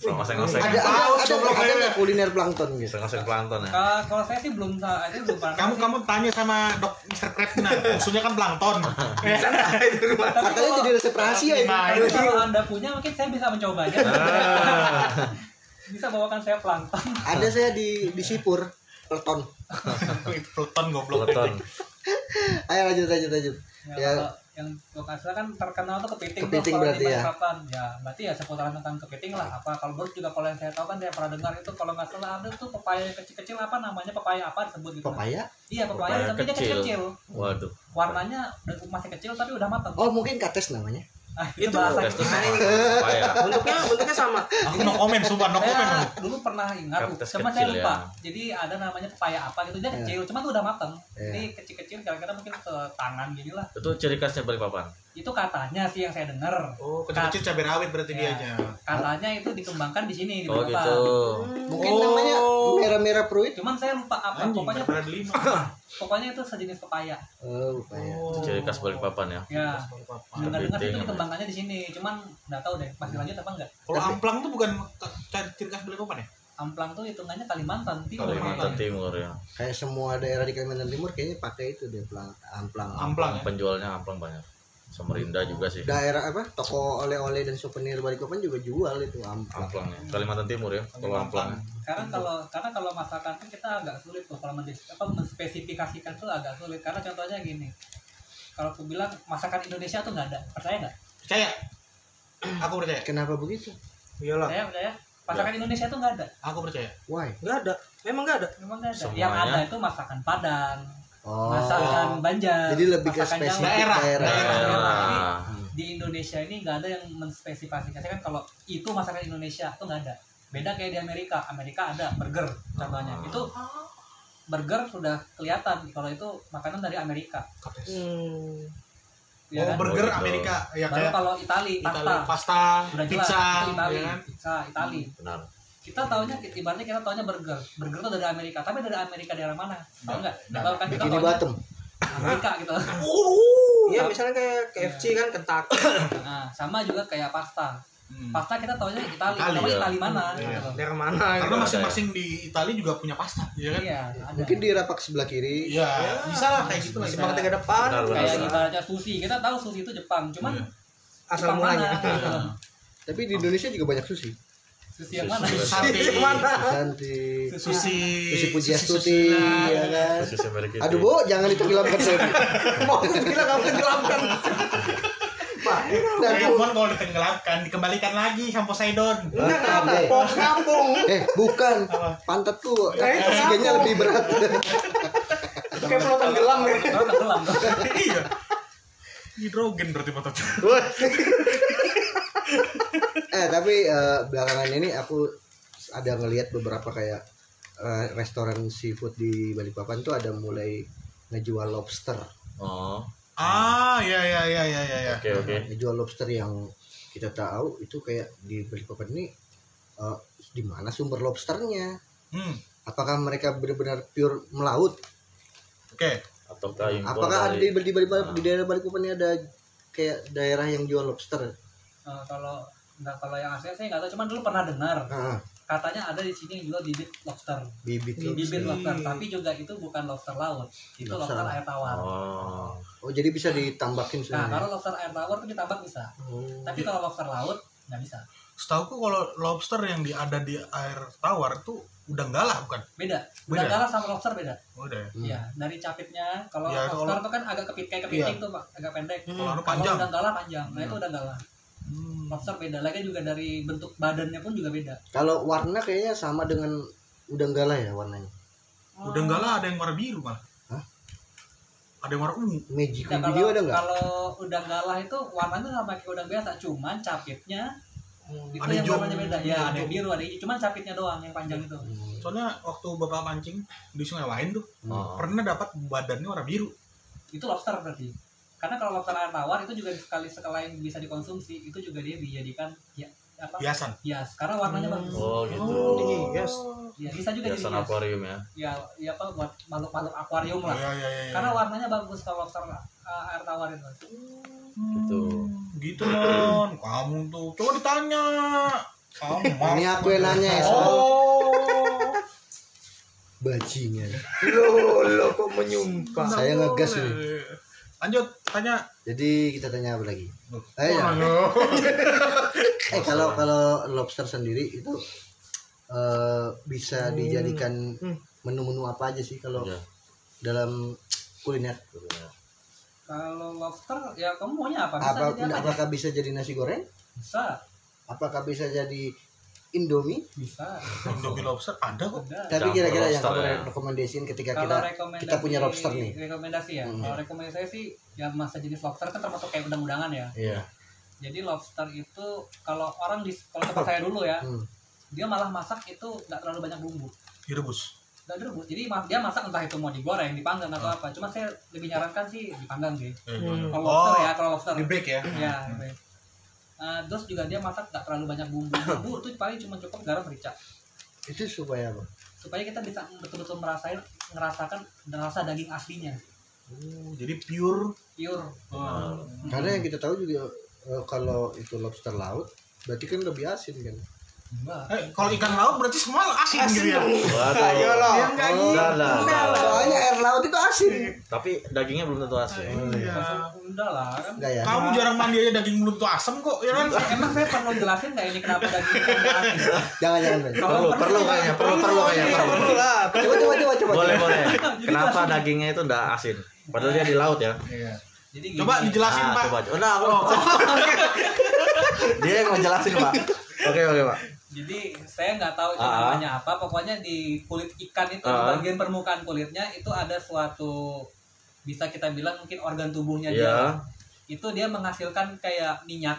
D: Suka ngoseng-ngoseng.
A: Ada ada
C: Paus,
A: ada
C: goblok,
A: ada
C: Lele.
A: nggak kuliner plankton gitu.
D: Ngoseng-ngoseng plankton ya.
E: Kalau kalau saya sih belum sa- itu belum pernah.
C: Kamu
E: sih.
C: kamu tanya sama dok Mr. Kretna, maksudnya kan plankton.
E: Tapi
A: Katanya
E: kalau-
A: jadi resep rahasia ya.
C: Nah,
E: Tapi kalau anda punya mungkin saya bisa mencobanya.
A: Ah.
E: bisa bawakan saya plankton.
A: Ada saya di di Sipur, Pelton.
C: Itu plankton goblok.
D: Plankton.
A: Ayo lanjut lanjut lanjut.
E: Ya,
A: Ya.
E: kalau yang lokasi kan terkenal tuh kepiting. tuh
A: Kepiting
E: kalau
A: berarti
E: di
A: ya.
E: Balikpapan. Ya, berarti ya seputaran tentang kepiting lah. Apa kalau menurut juga kalau yang saya tahu kan saya pernah dengar itu kalau nggak salah ada tuh pepaya yang kecil-kecil apa namanya pepaya apa disebut gitu.
A: Pepaya.
E: Iya pepaya,
D: Pepaya
E: tapi dia
D: kecil.
E: kecil-kecil.
D: Waduh.
E: Warnanya udah- masih kecil tapi udah matang.
A: Oh mungkin kates namanya.
E: Ah, itu,
F: Itu
E: bahasa
D: Tes tuh
E: kita.
D: sama. Payah.
F: bentuknya bentuknya sama
C: Aku no comment, sumpah no comment.
E: saya dulu pernah ingat tuh,
D: Kertas
E: cuma saya
D: kecil
E: lupa.
D: ya.
E: Jadi ada namanya pepaya apa gitu, dia
A: Iya.
E: kecil, cuma tuh udah mateng.
A: Iya.
E: Jadi kecil-kecil kira-kira mungkin ke tangan gini lah.
D: Itu ciri khasnya Balikpapan.
E: Itu katanya sih yang saya dengar.
C: Oh, kecil-kecil cabai rawit berarti dia
E: Ya.
C: aja.
E: Katanya itu dikembangkan di sini di
D: Oh
E: Balikpapan.
D: gitu.
A: Mungkin namanya merah-merah peruit.
E: Cuman saya lupa apa.
C: Anjing,
E: pokoknya
C: nggak pernah beli.
E: pokoknya itu sejenis pepaya.
A: Oh,
C: Iya,
A: pepaya.
D: Itu ciri khas Balikpapan ya.
E: Ya.
D: Kepiting
E: Dengar-dengar sih itu
D: namanya.
E: dikembangkannya di sini, cuman nggak tahu deh masih lanjut apa enggak.
C: Kalau amplang tuh bukan ke- ke- ciri khas Balikpapan ya?
E: Amplang tuh hitungannya Kalimantan Timur.
D: Kalimantan Timur ya.
A: Kayak semua daerah di Kalimantan Timur kayaknya pakai itu deh pelang amplang.
C: Amplang ya.
D: Penjualnya amplang banyak. Samarinda juga sih.
A: Daerah apa? Toko oleh-oleh dan souvenir Balikpapan juga jual itu amplang.
D: Amplang ya. Kalimantan Timur ya. Kalau amplang.
E: Karena kalau karena kalau masakan kan kita agak sulit tuh kalau mendis- apa menspesifikasikan tuh agak sulit karena contohnya gini. Kalau aku bilang masakan Indonesia tuh nggak ada, percaya nggak?
C: Percaya? Aku percaya.
A: Kenapa begitu?
F: iyalah
E: Percaya
D: Ya.
E: percaya? Masakan Indonesia tuh nggak ada,
C: Aku percaya.
A: Why?
F: nggak ada memang nggak ada
E: memang nggak ada.
D: Semuanya-
E: Yang ada itu masakan Padang,
A: Oh.
E: masakan Banjar.
A: Jadi lebih ke
E: masakan Jawa.
A: spesifik
C: Daerah,
A: daerah.
D: Daerah.
E: di Indonesia ini nggak ada yang menspesifikasikan kan kalau itu masakan Indonesia itu nggak ada beda kayak di Amerika Amerika ada burger contohnya
A: Oh.
D: Ah.
E: itu burger sudah kelihatan kalau itu makanan dari Amerika ya
C: Oh,
E: kan?
C: burger
D: Oh, gitu.
C: Amerika. Ya
E: baru
C: kayak
E: kalau Itali
C: Italia,
E: pasta
C: pasta,
E: sudah jelas
C: pizza,
E: itu Itali
C: ya kan?
E: pizza Itali
D: Benar.
E: kita taunya ibaratnya kita taunya burger burger itu dari Amerika tapi dari Amerika daerah mana tahu nggak
C: Nah,
E: bahkan kita
A: Bikini
E: taunya
A: Bottom.
E: Amerika gitu
F: iya misalnya kayak KFC kan Kentucky
E: nah, sama juga kayak pasta
C: Hmm.
E: pasta kita taunya
C: Itali,
E: Itali tapi
D: ya.
E: Itali mana
C: Iya.
E: gitu.
F: daerah mana
C: Karena masing-masing di Italia juga punya pasta, ya kan?
E: Iya, ada.
A: Mungkin di rapak sebelah kiri.
C: Iya, bisa lah kayak gitu lah.
E: Bisa.
F: simpang tiga depan gitu.
D: Benar, benar.
E: kayak ibaratnya sushi kita tahu sushi itu Jepang cuman
C: Iya.
F: asal
E: Jepang
F: mulanya
E: mana, gitu.
A: Tapi di Indonesia juga banyak sushi.
E: sushi yang mana
D: Sushi.
C: Sate,
F: mana
A: Santi.
C: Ah, sushi,
A: Sushi
C: sushi
A: Iya. Pujiastuti,
C: susunan.
A: ya kan?
D: Khusus Amerika.
A: Aduh, Bu, jangan ditenggelamkan saya.
F: mau aku bilang kamu kan tenggelamkan
A: Nah, Bu.
C: Doraemon kalau ditenggelamkan dikembalikan lagi sama Poseidon.
F: enggak
A: Kamu.
F: nampung nampung
A: Eh, bukan.
C: Apa?
A: Pantatku.
F: Ya, itu
A: Oksigennya
F: aku.
A: lebih berat.
F: kayak perlu tenggelam ya
E: Kalau tenggelam tuh.
C: Iya. Hidrogen berarti patutnya.
A: eh, tapi eh, belakangan ini aku ada ngelihat beberapa kayak eh, restoran seafood di Balikpapan tuh ada mulai ngejual lobster. Nah,
D: Oh.
C: Ah, iya iya iya iya iya. iya.
D: Oke oke.
A: Ngejual lobster yang kita tahu itu kayak di Balikpapan ini eh, di mana sumber lobsternya?
C: Hmm.
A: Apakah mereka benar-benar pure melaut?
C: Oke.
D: Ataukah impor Ah.
A: Apakah ada di,
D: dari
A: di, Bali- di daerah Balikpapan ini ada kayak daerah yang jual lobster?
E: Nah, kalau nggak kalau yang asli saya nggak tahu cuman dulu pernah dengar
A: Ah,
E: katanya ada di sini yang jual bibit lobster
A: bibit
E: bibit
A: lobster.
E: lobster tapi juga itu bukan lobster laut itu
A: Lobster.
E: lobster, air tawar
D: Oh.
A: Oh, jadi bisa ditambakin
E: nah
A: sebenarnya.
E: kalau lobster air tawar itu ditambah bisa
A: Oh.
E: tapi kalau lobster laut nggak bisa
C: Setahu kalau lobster yang di, ada di air tawar tuh udah galah bukan?
E: beda
C: Beda.
E: udah kalah sama lobster beda
C: Udah. ya?
A: Hmm.
E: Iya, dari capitnya kalau
C: Iya,
E: lobster
C: kalau-
E: itu kan agak kepit kayak kepiting tuh pak agak pendek
C: Kalau anu
E: kalau
C: panjang.
E: udah kalah panjang nah itu
C: Iya.
E: udah kalah
C: Hmm.
E: lobster beda lagi juga dari bentuk badannya pun juga beda
A: Kalau warna kayaknya sama dengan udang galah ya warnanya.
C: Udah galah ada yang warna biru malah.
A: Hah?
C: Ada yang warna ungu.
A: Magic
E: Nah,
A: video
E: kalau,
A: ada nggak?
E: kalau udang galah itu warnanya sama kayak udang biasa, cuman capitnya ada yang
C: hijau.
E: warnanya beda ya ada
C: Hijau.
E: yang biru ada cuman capitnya doang yang panjang itu
C: Soalnya waktu bapak mancing di sungai lain tuh
A: Ah.
D: Oh.
C: pernah dapat badannya warna biru.
E: itu lobster berarti karena kalau lobster air tawar itu juga sekali sekali bisa dikonsumsi itu juga dia dijadikan ya apa
C: Biasan.
E: hias karena warnanya bagus
D: Oh gitu.
C: Yes.
E: ya bisa juga jadi
D: Biasa
E: hias
D: akuarium ya.
E: ya ya apa buat makhluk makhluk akuarium lah
C: Iya iya iya. iya.
E: karena warnanya bagus kalau lobster uh, air tawar itu
D: Gitu.
C: gitu mon, kamu tuh coba ditanya. Kamu Oh. mau.
A: Ini aku yang nanya ya. Sal.
C: Oh.
A: Bajingan.
F: Lo lo kok menyumpah.
A: Saya ngegas nih.
C: Lanjut tanya.
A: Jadi kita tanya apa lagi?
C: Loh,
A: Eh, ya.
C: Oh,
A: eh kalau kalau lobster sendiri itu eh,
E: Hmm.
A: bisa dijadikan menu-menu apa aja sih kalau
D: Iya.
A: dalam kuliner?
E: kalau lobster ya kamu maunya apa bisa
A: Apa,
E: jadi apa ya? aja.
A: apakah bisa jadi nasi goreng?
E: bisa
A: Apakah bisa jadi Indomie?
E: bisa
C: Indomie lobster ada kok.
E: udah
A: Tapi
D: Campur
A: kira-kira yang
D: lobster
A: kamu
D: ya.
A: rekomendasiin ketika
E: kalau
A: kita
E: rekomendasi
A: kita punya lobster nih.
E: rekomendasi ya
A: Hmm.
E: kalau rekomendasi saya sih ya masa jenis lobster kan termasuk kayak udang-udangan ya
D: Iya.
E: jadi lobster itu kalau orang di kalau tempat saya dulu ya
A: Hmm.
E: dia malah masak itu nggak terlalu banyak bumbu
C: Direbus.
E: nggak direbus jadi ma- dia masak entah itu mau digoreng dipanggang atau apa cuma saya lebih nyarankan sih dipanggang sih
F: Hmm.
E: kalau lobster
C: Oh,
E: ya kalau lobster
C: di break ya.
E: ya baik. Eh, terus juga dia masak nggak terlalu banyak bumbu bumbu itu paling cuma cukup garam merica
A: Itu supaya apa?
E: supaya kita bisa betul-betul merasain ngerasakan rasa daging aslinya
C: Oh, jadi pure.
E: pure
C: Wah.
A: Karena yang kita tahu juga eh, kalau itu lobster laut berarti kan lebih asin kan?
E: enggak
C: Eh, kalau ikan laut berarti semua asin, gitu ya.
D: Waduh.
C: Yang kayak gitu.
D: Enggak iya lah.
A: Soalnya air laut itu asin.
D: Tapi dagingnya belum tentu asin.
C: Iya.
E: enggak lah kan
A: Enggak ya?
C: Kamu jarang mandi aja daging belum tuh asem kok, ya kan?
E: emang saya perlu jelasin nggak ini kenapa daging ikan asin
A: Jangan jangan. Bang.
D: Perlu, perlu kayaknya, perlu, perlu kayaknya, perlu.
A: Coba coba coba coba.
D: Boleh, boleh. Kenapa dagingnya itu enggak asin? Padahal dia di laut ya.
C: Iya.
E: jadi gini,
C: Coba dijelasin,
D: Ah,
C: Pak.
D: Coba, coba. Nah, aku Dia yang ngejelasin, Pak. Oke, oke, Pak.
E: jadi saya nggak tahu itu
D: Ah.
E: namanya apa pokoknya di kulit ikan itu di
D: Ah.
E: bagian permukaan kulitnya itu ada suatu bisa kita bilang mungkin organ tubuhnya
D: Iya.
E: dia itu dia menghasilkan kayak minyak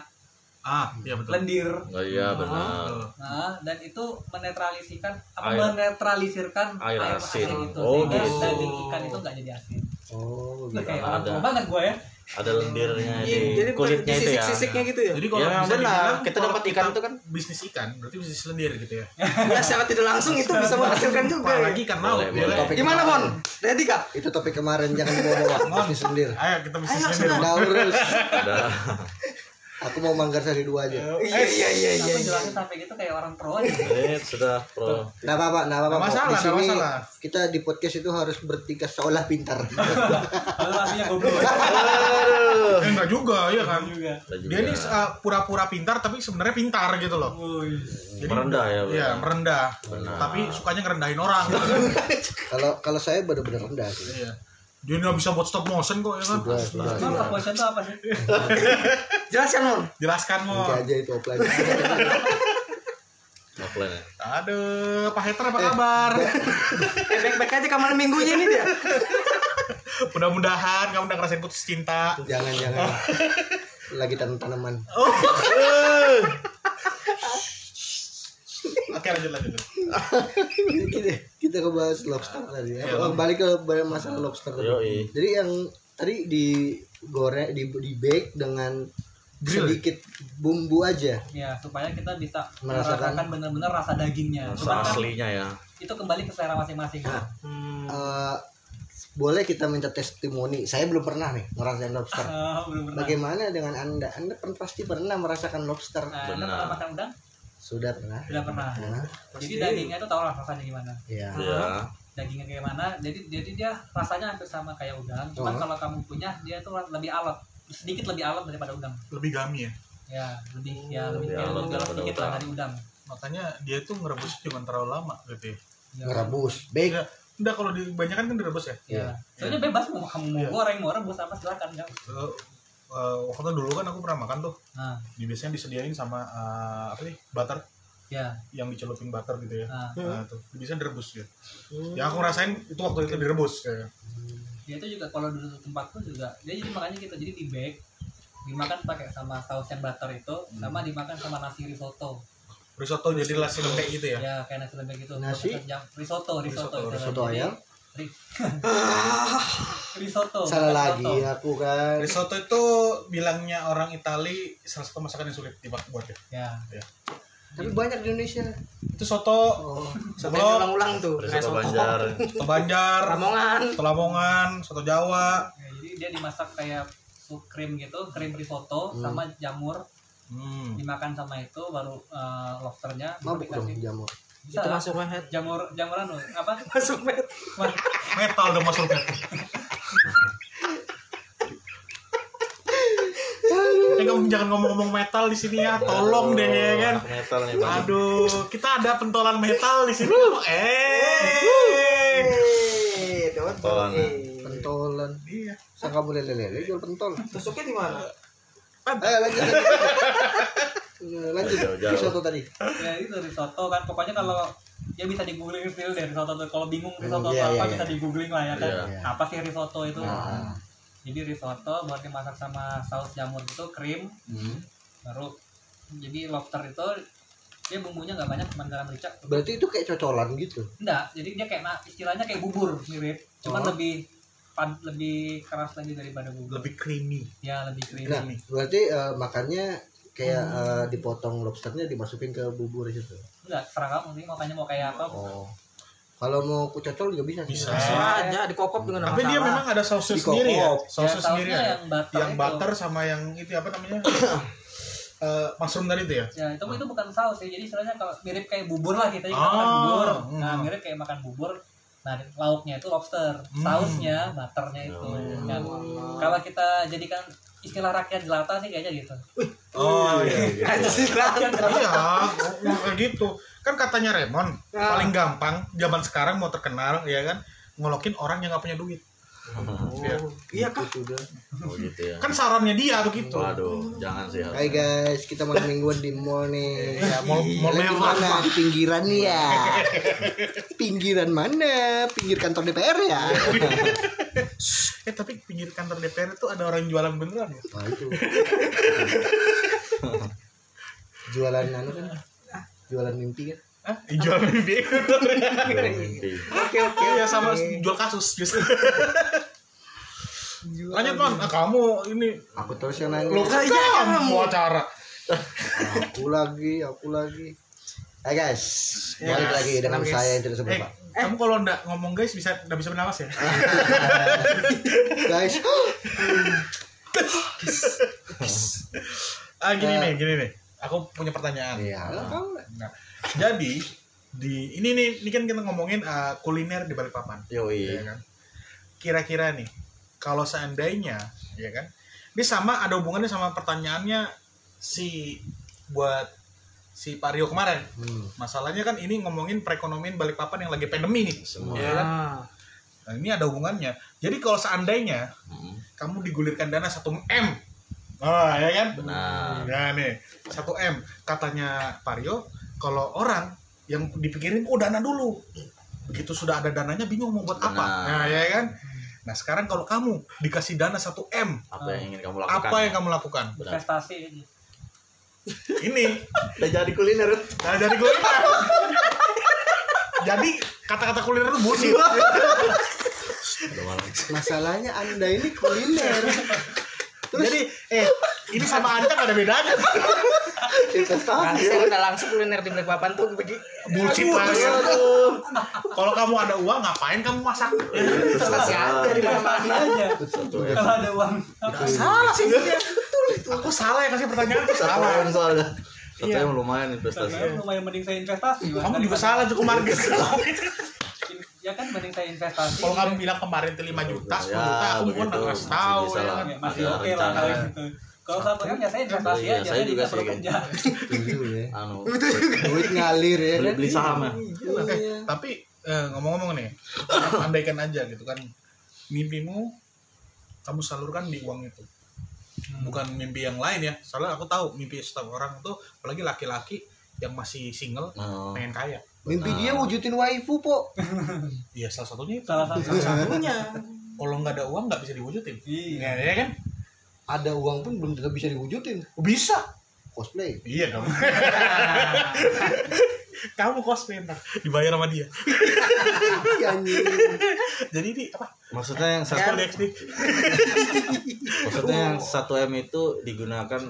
C: Ah, iya betul.
E: lendir
D: Oh, iya, benar.
A: Ah.
E: nah dan itu menetralisikan apa
D: Air.
E: menetralisirkan
D: Air asin.
E: itu
D: Oh,
E: sehingga
D: gitu.
E: daging ikan itu nggak jadi asin
A: Oh,
E: Nah, kayak
D: Ada.
E: orang tua banget gue ya
D: Ada lendirnya di
F: Jadi
D: kulitnya itu ya.
F: sisik-sisiknya gitu ya.
C: Jadi kalau
D: Ya,
C: bisa dibilang,
D: benar. Kita
C: kalau
D: dapat ikan itu kan
C: bisnis ikan, berarti bisnis lendir gitu ya.
F: Ya secara tidak langsung itu bisa menghasilkan juga. ya.
C: Apalagi ikan laut. ya
D: Boleh,
C: kan?
D: boleh.
F: Gimana, Mon? Ready kah?
A: Itu topik kemarin jangan dibawa-bawa bisnis lendir.
C: Ayo kita bisnis
F: Ayo,
C: lendir.
F: sudah.
A: Udah urus.
D: ada.
A: Aku mau manggar sari dua aja.
F: Iya iya iya iya.
E: Sampai jelasin sampai gitu kayak orang pro aja
D: Ini sudah eh, pro.
A: Nah, apa-apa, nah, apa-apa.
C: Nggak masalah,
A: Di
C: nggak
A: sini
C: masalah.
A: Kita di podcast itu harus bertingkah seolah pintar.
E: Padahal aslinya goblok
D: Aduh.
C: Eh, enggak juga, iya kan?
E: juga
D: Ada juga.
C: Dia ini uh, pura-pura pintar tapi sebenarnya pintar gitu loh.
E: Woi.
C: Jadi
D: merendah ya.
C: Iya, merendah.
D: Benar.
C: Tapi sukanya ngerendahin orang. gitu kan.
A: kalau kalau saya benar-benar rendah sih.
C: Iya. Dia nggak bisa buat stop motion kok ya kan?
A: Sudah, sudah.
E: Emang stop motion itu apa sih?
F: Jelaskan, Mon.
C: Jelaskan mau.
A: Nanti aja itu offline.
D: Offline ya.
C: Aduh, Pak Hater apa kabar?
F: Eh, Baik-baik aja kamar minggunya ini dia.
C: Mudah-mudahan kamu udah ngerasain putus cinta.
A: jangan jangan. Lagi tanam tanaman.
C: Oke, lanjut lanjut.
A: kita kita ngebahas lobster tadi
E: Iya.
A: ya. Oh, balik ke balik masalah lobster tadi.
D: Yoi.
A: Jadi yang tadi digoreng di di bake dengan
C: Grill.
A: sedikit bumbu aja.
E: Ya, supaya kita bisa
A: Merasakan.
E: merasakan, benar-benar rasa dagingnya.
D: Rasa
E: Cuman kan
D: aslinya ya.
E: itu kembali ke selera masing-masing.
A: Nah, eh, boleh kita minta testimoni. Saya belum pernah nih ngerasain lobster.
E: Ah, belum pernah.
A: Bagaimana dengan Anda? Anda pen- pasti pernah merasakan lobster.
E: Nah, Anda
D: Benar.
E: pernah makan udang?
A: Sudah pernah?
E: Sudah pernah.
A: Nah,
E: Jadi dagingnya itu tau lah rasanya gimana.
A: ya.
D: Iya.
E: Dagingnya kayak mana? Jadi jadi dia rasanya hampir sama kayak udang. Cuman
A: Oh.
E: kalau kamu punya dia tuh lebih alot, sedikit lebih alot daripada udang.
C: Lebih gami ya.
E: Ya, lebih ya
D: Lebih
E: lebih,
D: alot
E: lebih alot
D: daripada
E: sedikit lah
D: udang.
E: dari udang.
C: Makanya dia tuh ngerebus cuma terlalu lama gitu ya.
E: Ya.
A: Ngerebus, bake.
C: Iya. Enggak kalau dibanyakan kan direbus ya.
E: Ya. Soalnya bebas mau kamu mau
C: Iya.
E: goreng, mau rebus apa silakan kan.
C: Eh, eh, waktu dulu kan aku pernah makan tuh.
E: Nah,
C: Di biasanya disediain sama eh, apa sih? Butter
E: ya.
C: yang dicelupin butter gitu ya.
E: Nah,
C: Nah, tuh. Biasanya direbus ya. Ya aku rasain itu waktu itu direbus ya.
E: dia itu juga kalau duduk tempatku juga dia jadi makanya gitu jadi di bag dimakan pakai sama saus yang butter itu sama dimakan sama nasi risotto
C: risotto jadi nasi lembek gitu ya
E: ya kayak nasi lembek gitu
A: Nasi?
E: Buat kejang. risotto risotto
C: Risotto,
E: istilahnya.
A: Soto
E: Jadi,
A: ayam.
E: risotto
A: Salah
E: bukan
A: lagi
E: soto.
A: aku kan.
C: risotto itu bilangnya orang Itali salah satu masakan yang sulit dibuat buat ya
E: ya
A: Tapi banyak di Indonesia.
C: itu soto
A: Oh.
F: Sampai
C: sebelum
F: ulang-ulang tuh.
D: Risotto Banjar.
C: soto Banjar
F: Ramongan.
C: soto Lamongan soto Jawa
E: Ya, jadi dia dimasak kayak sup krim gitu krim risotto sama jamur
C: hmm.
E: dimakan sama itu baru eh, lobsternya
A: Mabuk dong
E: dikasih-
A: jamur.
E: bisa
F: Itu
E: lah.
F: masuk banget.
E: jamur jamur anu apa
F: Masuk banget.
C: metal dong mas Rupiah Eh, kamu jangan ngomong-ngomong metal di sini ya, tolong deh ya kan.
D: Anak metal nih Bang.
C: Aduh, kita ada pentolan metal di sini. Eh,
F: Eh, dapat
D: Pentolan.
F: banget.
A: Pentolan.
C: iya.
A: Sangka boleh lele jual pentol.
F: Tusuknya di mana?
A: Eh lanjut. lanjut.
D: Jauh-jauh.
A: Risotto tadi.
E: ya itu risotto kan pokoknya kalau ya bisa di googling sendiri deh risotto tuh kalau bingung
A: Hmm,
E: risotto
A: iya,
E: itu apa
A: iya,
E: bisa
A: iya.
E: di googling lah ya kan
A: Iya.
E: apa sih risotto itu
A: Nah.
E: jadi risotto buat dimasak sama saus jamur gitu krim
A: Hmm.
E: baru jadi lobster itu dia bumbunya nggak banyak cuma garam merica
A: Berarti itu kayak cocolan gitu.
E: enggak jadi dia kayak nah, istilahnya kayak bubur mirip cuman
A: Oh.
E: lebih pad, lebih keras lagi daripada bubur
C: Lebih creamy.
E: ya lebih creamy
A: Nah, berarti eh, makannya kayak eh, dipotong lobsternya dimasukin ke bubur gitu.
E: enggak seragam nanti makanya mau kayak apa
A: Oh. Kalau mau kucocol juga bisa. sih. Nah,
C: Bisa.
F: Bisa aja dikokop dengan
C: Tapi dia memang ada sausnya
A: Di
C: sendiri ya.
A: kokop.
E: ya,
C: Sausnya sendiri
E: sausnya
C: ya.
E: yang butter
C: Yang
E: itu.
C: butter sama yang itu apa namanya? Eh, mushroom tadi itu ya.
E: ya itu itu bukan saus ya jadi istilahnya kalau mirip kayak bubur lah gitu. kita ini
C: Ah,
E: makan bubur nah
C: hmm.
E: mirip kayak makan bubur nah lauknya itu lobster sausnya butternya itu ya. kalau kita jadikan istilah rakyat jelata sih kayaknya gitu
C: Oh iya.
F: Silakan.
C: Iya, ngomong kayak gitu. Kan katanya Raymond,
A: Nah.
C: paling gampang zaman sekarang mau terkenal ya kan ngolokin orang yang nggak punya duit.
A: Oh.
C: Ya.
F: Iya kah?
A: Itu sudah.
D: Oh gitu ya.
C: Kan sarannya dia begitu.
D: Waduh, jangan sih.
A: Hai guys, kita malam mingguan di Iya, mall nih.
C: Ya, mau mau
A: Lagi di
C: lewat.
A: mana? Pinggiran ya. Pinggiran mana? Pinggir kantor DPR ya.
C: Eh tapi pinggir kantor DPR itu ada orang jualan beneran ya?
A: Wah, Nah, itu. Jualan anu kan? Jualan mimpi kan?
C: Hah? Eh, Jualan mimpi.
D: Berhenti.
A: Oke oke.
C: Iya sama jual kasus justru. Lanjut Mon, nah, kamu ini
A: Aku terus yang nanya.
C: lu kan kamu acara.
A: Aku lagi, aku lagi. Hai guys,
C: Ya,
A: balik
C: guys.
A: lagi dengan
C: Guys.
A: saya yang tidak
C: Eh,
A: seberapa.
C: kamu kalau ndak ngomong guys bisa ndak bisa bernapas ya?
A: Eh. Guys,
C: Ah gini
A: Eh.
C: nih, gini nih. Aku punya pertanyaan.
A: Halo, kamu.
C: Nah, jadi di ini nih ini kan kita ngomongin uh, kuliner di Balikpapan,
A: Iya.
D: Yoi.
C: ya kan? Kira-kira nih kalau seandainya, ya kan? Ini sama ada hubungannya sama pertanyaannya si buat si Pak Rio kemarin.
A: Hmm.
C: Masalahnya kan ini ngomongin perekonomian Balikpapan yang lagi pandemi nih.
D: Semua.
C: Ya kan? Nah, ini ada hubungannya. Jadi kalau seandainya
D: Mm,
C: kamu digulirkan dana 1 M. Ah, ya kan?
D: Benar.
C: Nah nih, 1 M katanya Pario kalau orang yang dipikirin oh dana dulu. Begitu sudah ada dananya bingung mau buat apa.
D: Benar.
C: Nah, ya kan? Nah, sekarang kalau kamu dikasih dana 1 M,
D: Apa yang ingin kamu lakukan?
C: apa yang kamu lakukan?
D: Benar.
E: prestasi
C: Ini
D: Udah jadi kuliner.
C: Nah, jadi kuliner. jadi kata-kata kuliner itu bullshit.
D: Udah malam.
A: Masalahnya anda ini kuliner.
C: jadi eh ini sama Anta gak ada bedanya.
A: Investasi.
F: Langsung udah langsung kuliner di Balikpapan tuh begi
C: Bullshit lagi. Kalau kamu ada uang ngapain kamu masak? Ya,
F: investasi ada di mana-mana aja.
D: Satu ya.
E: kalau ada uang
C: Nggak salah sih dia. Aku salah ya kasih pertanyaan aku
D: Satu
C: salah.
D: M soalnya. Satu
C: Iya.
D: M lumayan investasinya.
E: Karena Nah, lumayan mending saya investasi Bang.
C: Kamu juga
E: Daripada-
C: salah cukup market.
E: ya kan mending saya investasi
C: Kalau kamu bilang kemarin itu 5 juta, 10
D: Ya,
C: juta, aku pun
D: begitu.
C: nggak ngasih
D: Masih
C: tahu.
D: bisa
C: ya
D: lah.
C: kan.
E: Ya, masih
D: Ada
E: oke lah
D: Iya, rencana.
E: kalau gitu kalau satu M ya saya investasi
D: Iya,
E: aja
D: saya
E: saya
D: juga
E: tidak
D: sih
E: perlu
D: kayak
E: kerja
A: Dulu ya.
D: Anu.
A: Duit ngalir ya.
D: Beli,
A: kan?
D: beli saham ya.
C: Eh,
A: Iya.
C: tapi eh, ngomong-ngomong nih, andaikan aja gitu kan, mimpimu kamu salurkan di uang itu, bukan mimpi yang lain ya. Soalnya aku tahu mimpi setiap orang tuh, apalagi laki-laki yang masih single
D: Nah,
C: pengen kaya.
A: Mimpi dia wujudin waifu po.
C: Iya salah satunya itu. Iya.
E: salah satu
C: Salah satunya. Kalau nggak ada uang nggak bisa diwujudin.
E: Iya.
C: Ya, ya kan?
A: ada uang pun belum tentu bisa diwujudin
C: Bisa.
A: cosplay
C: Iya dong. Kamu cosplay ntar dibayar sama dia.
A: iya anjing
C: Jadi ini apa?
D: Maksudnya yang satu
C: Satu DXD.
D: maksudnya yang satu M itu digunakan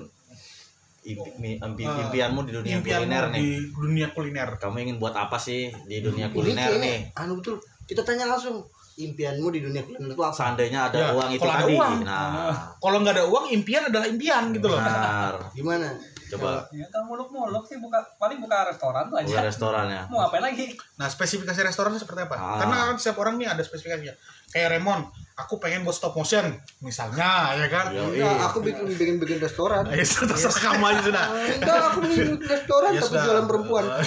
D: impi- mi- impi-
C: Ah,
D: impianmu di dunia
C: Impian
D: kuliner nih.
C: di dunia kuliner.
D: Kamu ingin buat apa sih di
A: ini
D: dunia kuliner
A: kayaknya,
D: nih?
A: anu betul kita tanya langsung impianmu di dunia kuliner itu apa
D: Seandainya ada
C: Ya,
D: uang itu
C: kalau ada
D: tadi.
C: uang.
D: Nah,
C: Kalau nggak ada uang, impian adalah impian gitu loh.
D: benar.
A: gimana
D: Coba
E: Ya, kamu muluk-muluk sih buka paling buka restoran tuh
D: buka
E: aja.
D: restoran ya.
E: Mau ngapain lagi?
C: Nah, spesifikasi restorannya seperti apa?
D: Ah.
C: Karena kan setiap orang nih ada spesifikasinya. Kayak Raymond, aku pengen buat stop motion, misalnya, ya kan?
D: Yo,
A: Enggak, aku bikin bikin bikin restoran
C: Ya, terserah kamu aja sudah.
A: enggak aku bikin restoran
C: Ya,
A: tapi
C: sudah.
A: jualan perempuan
D: eh,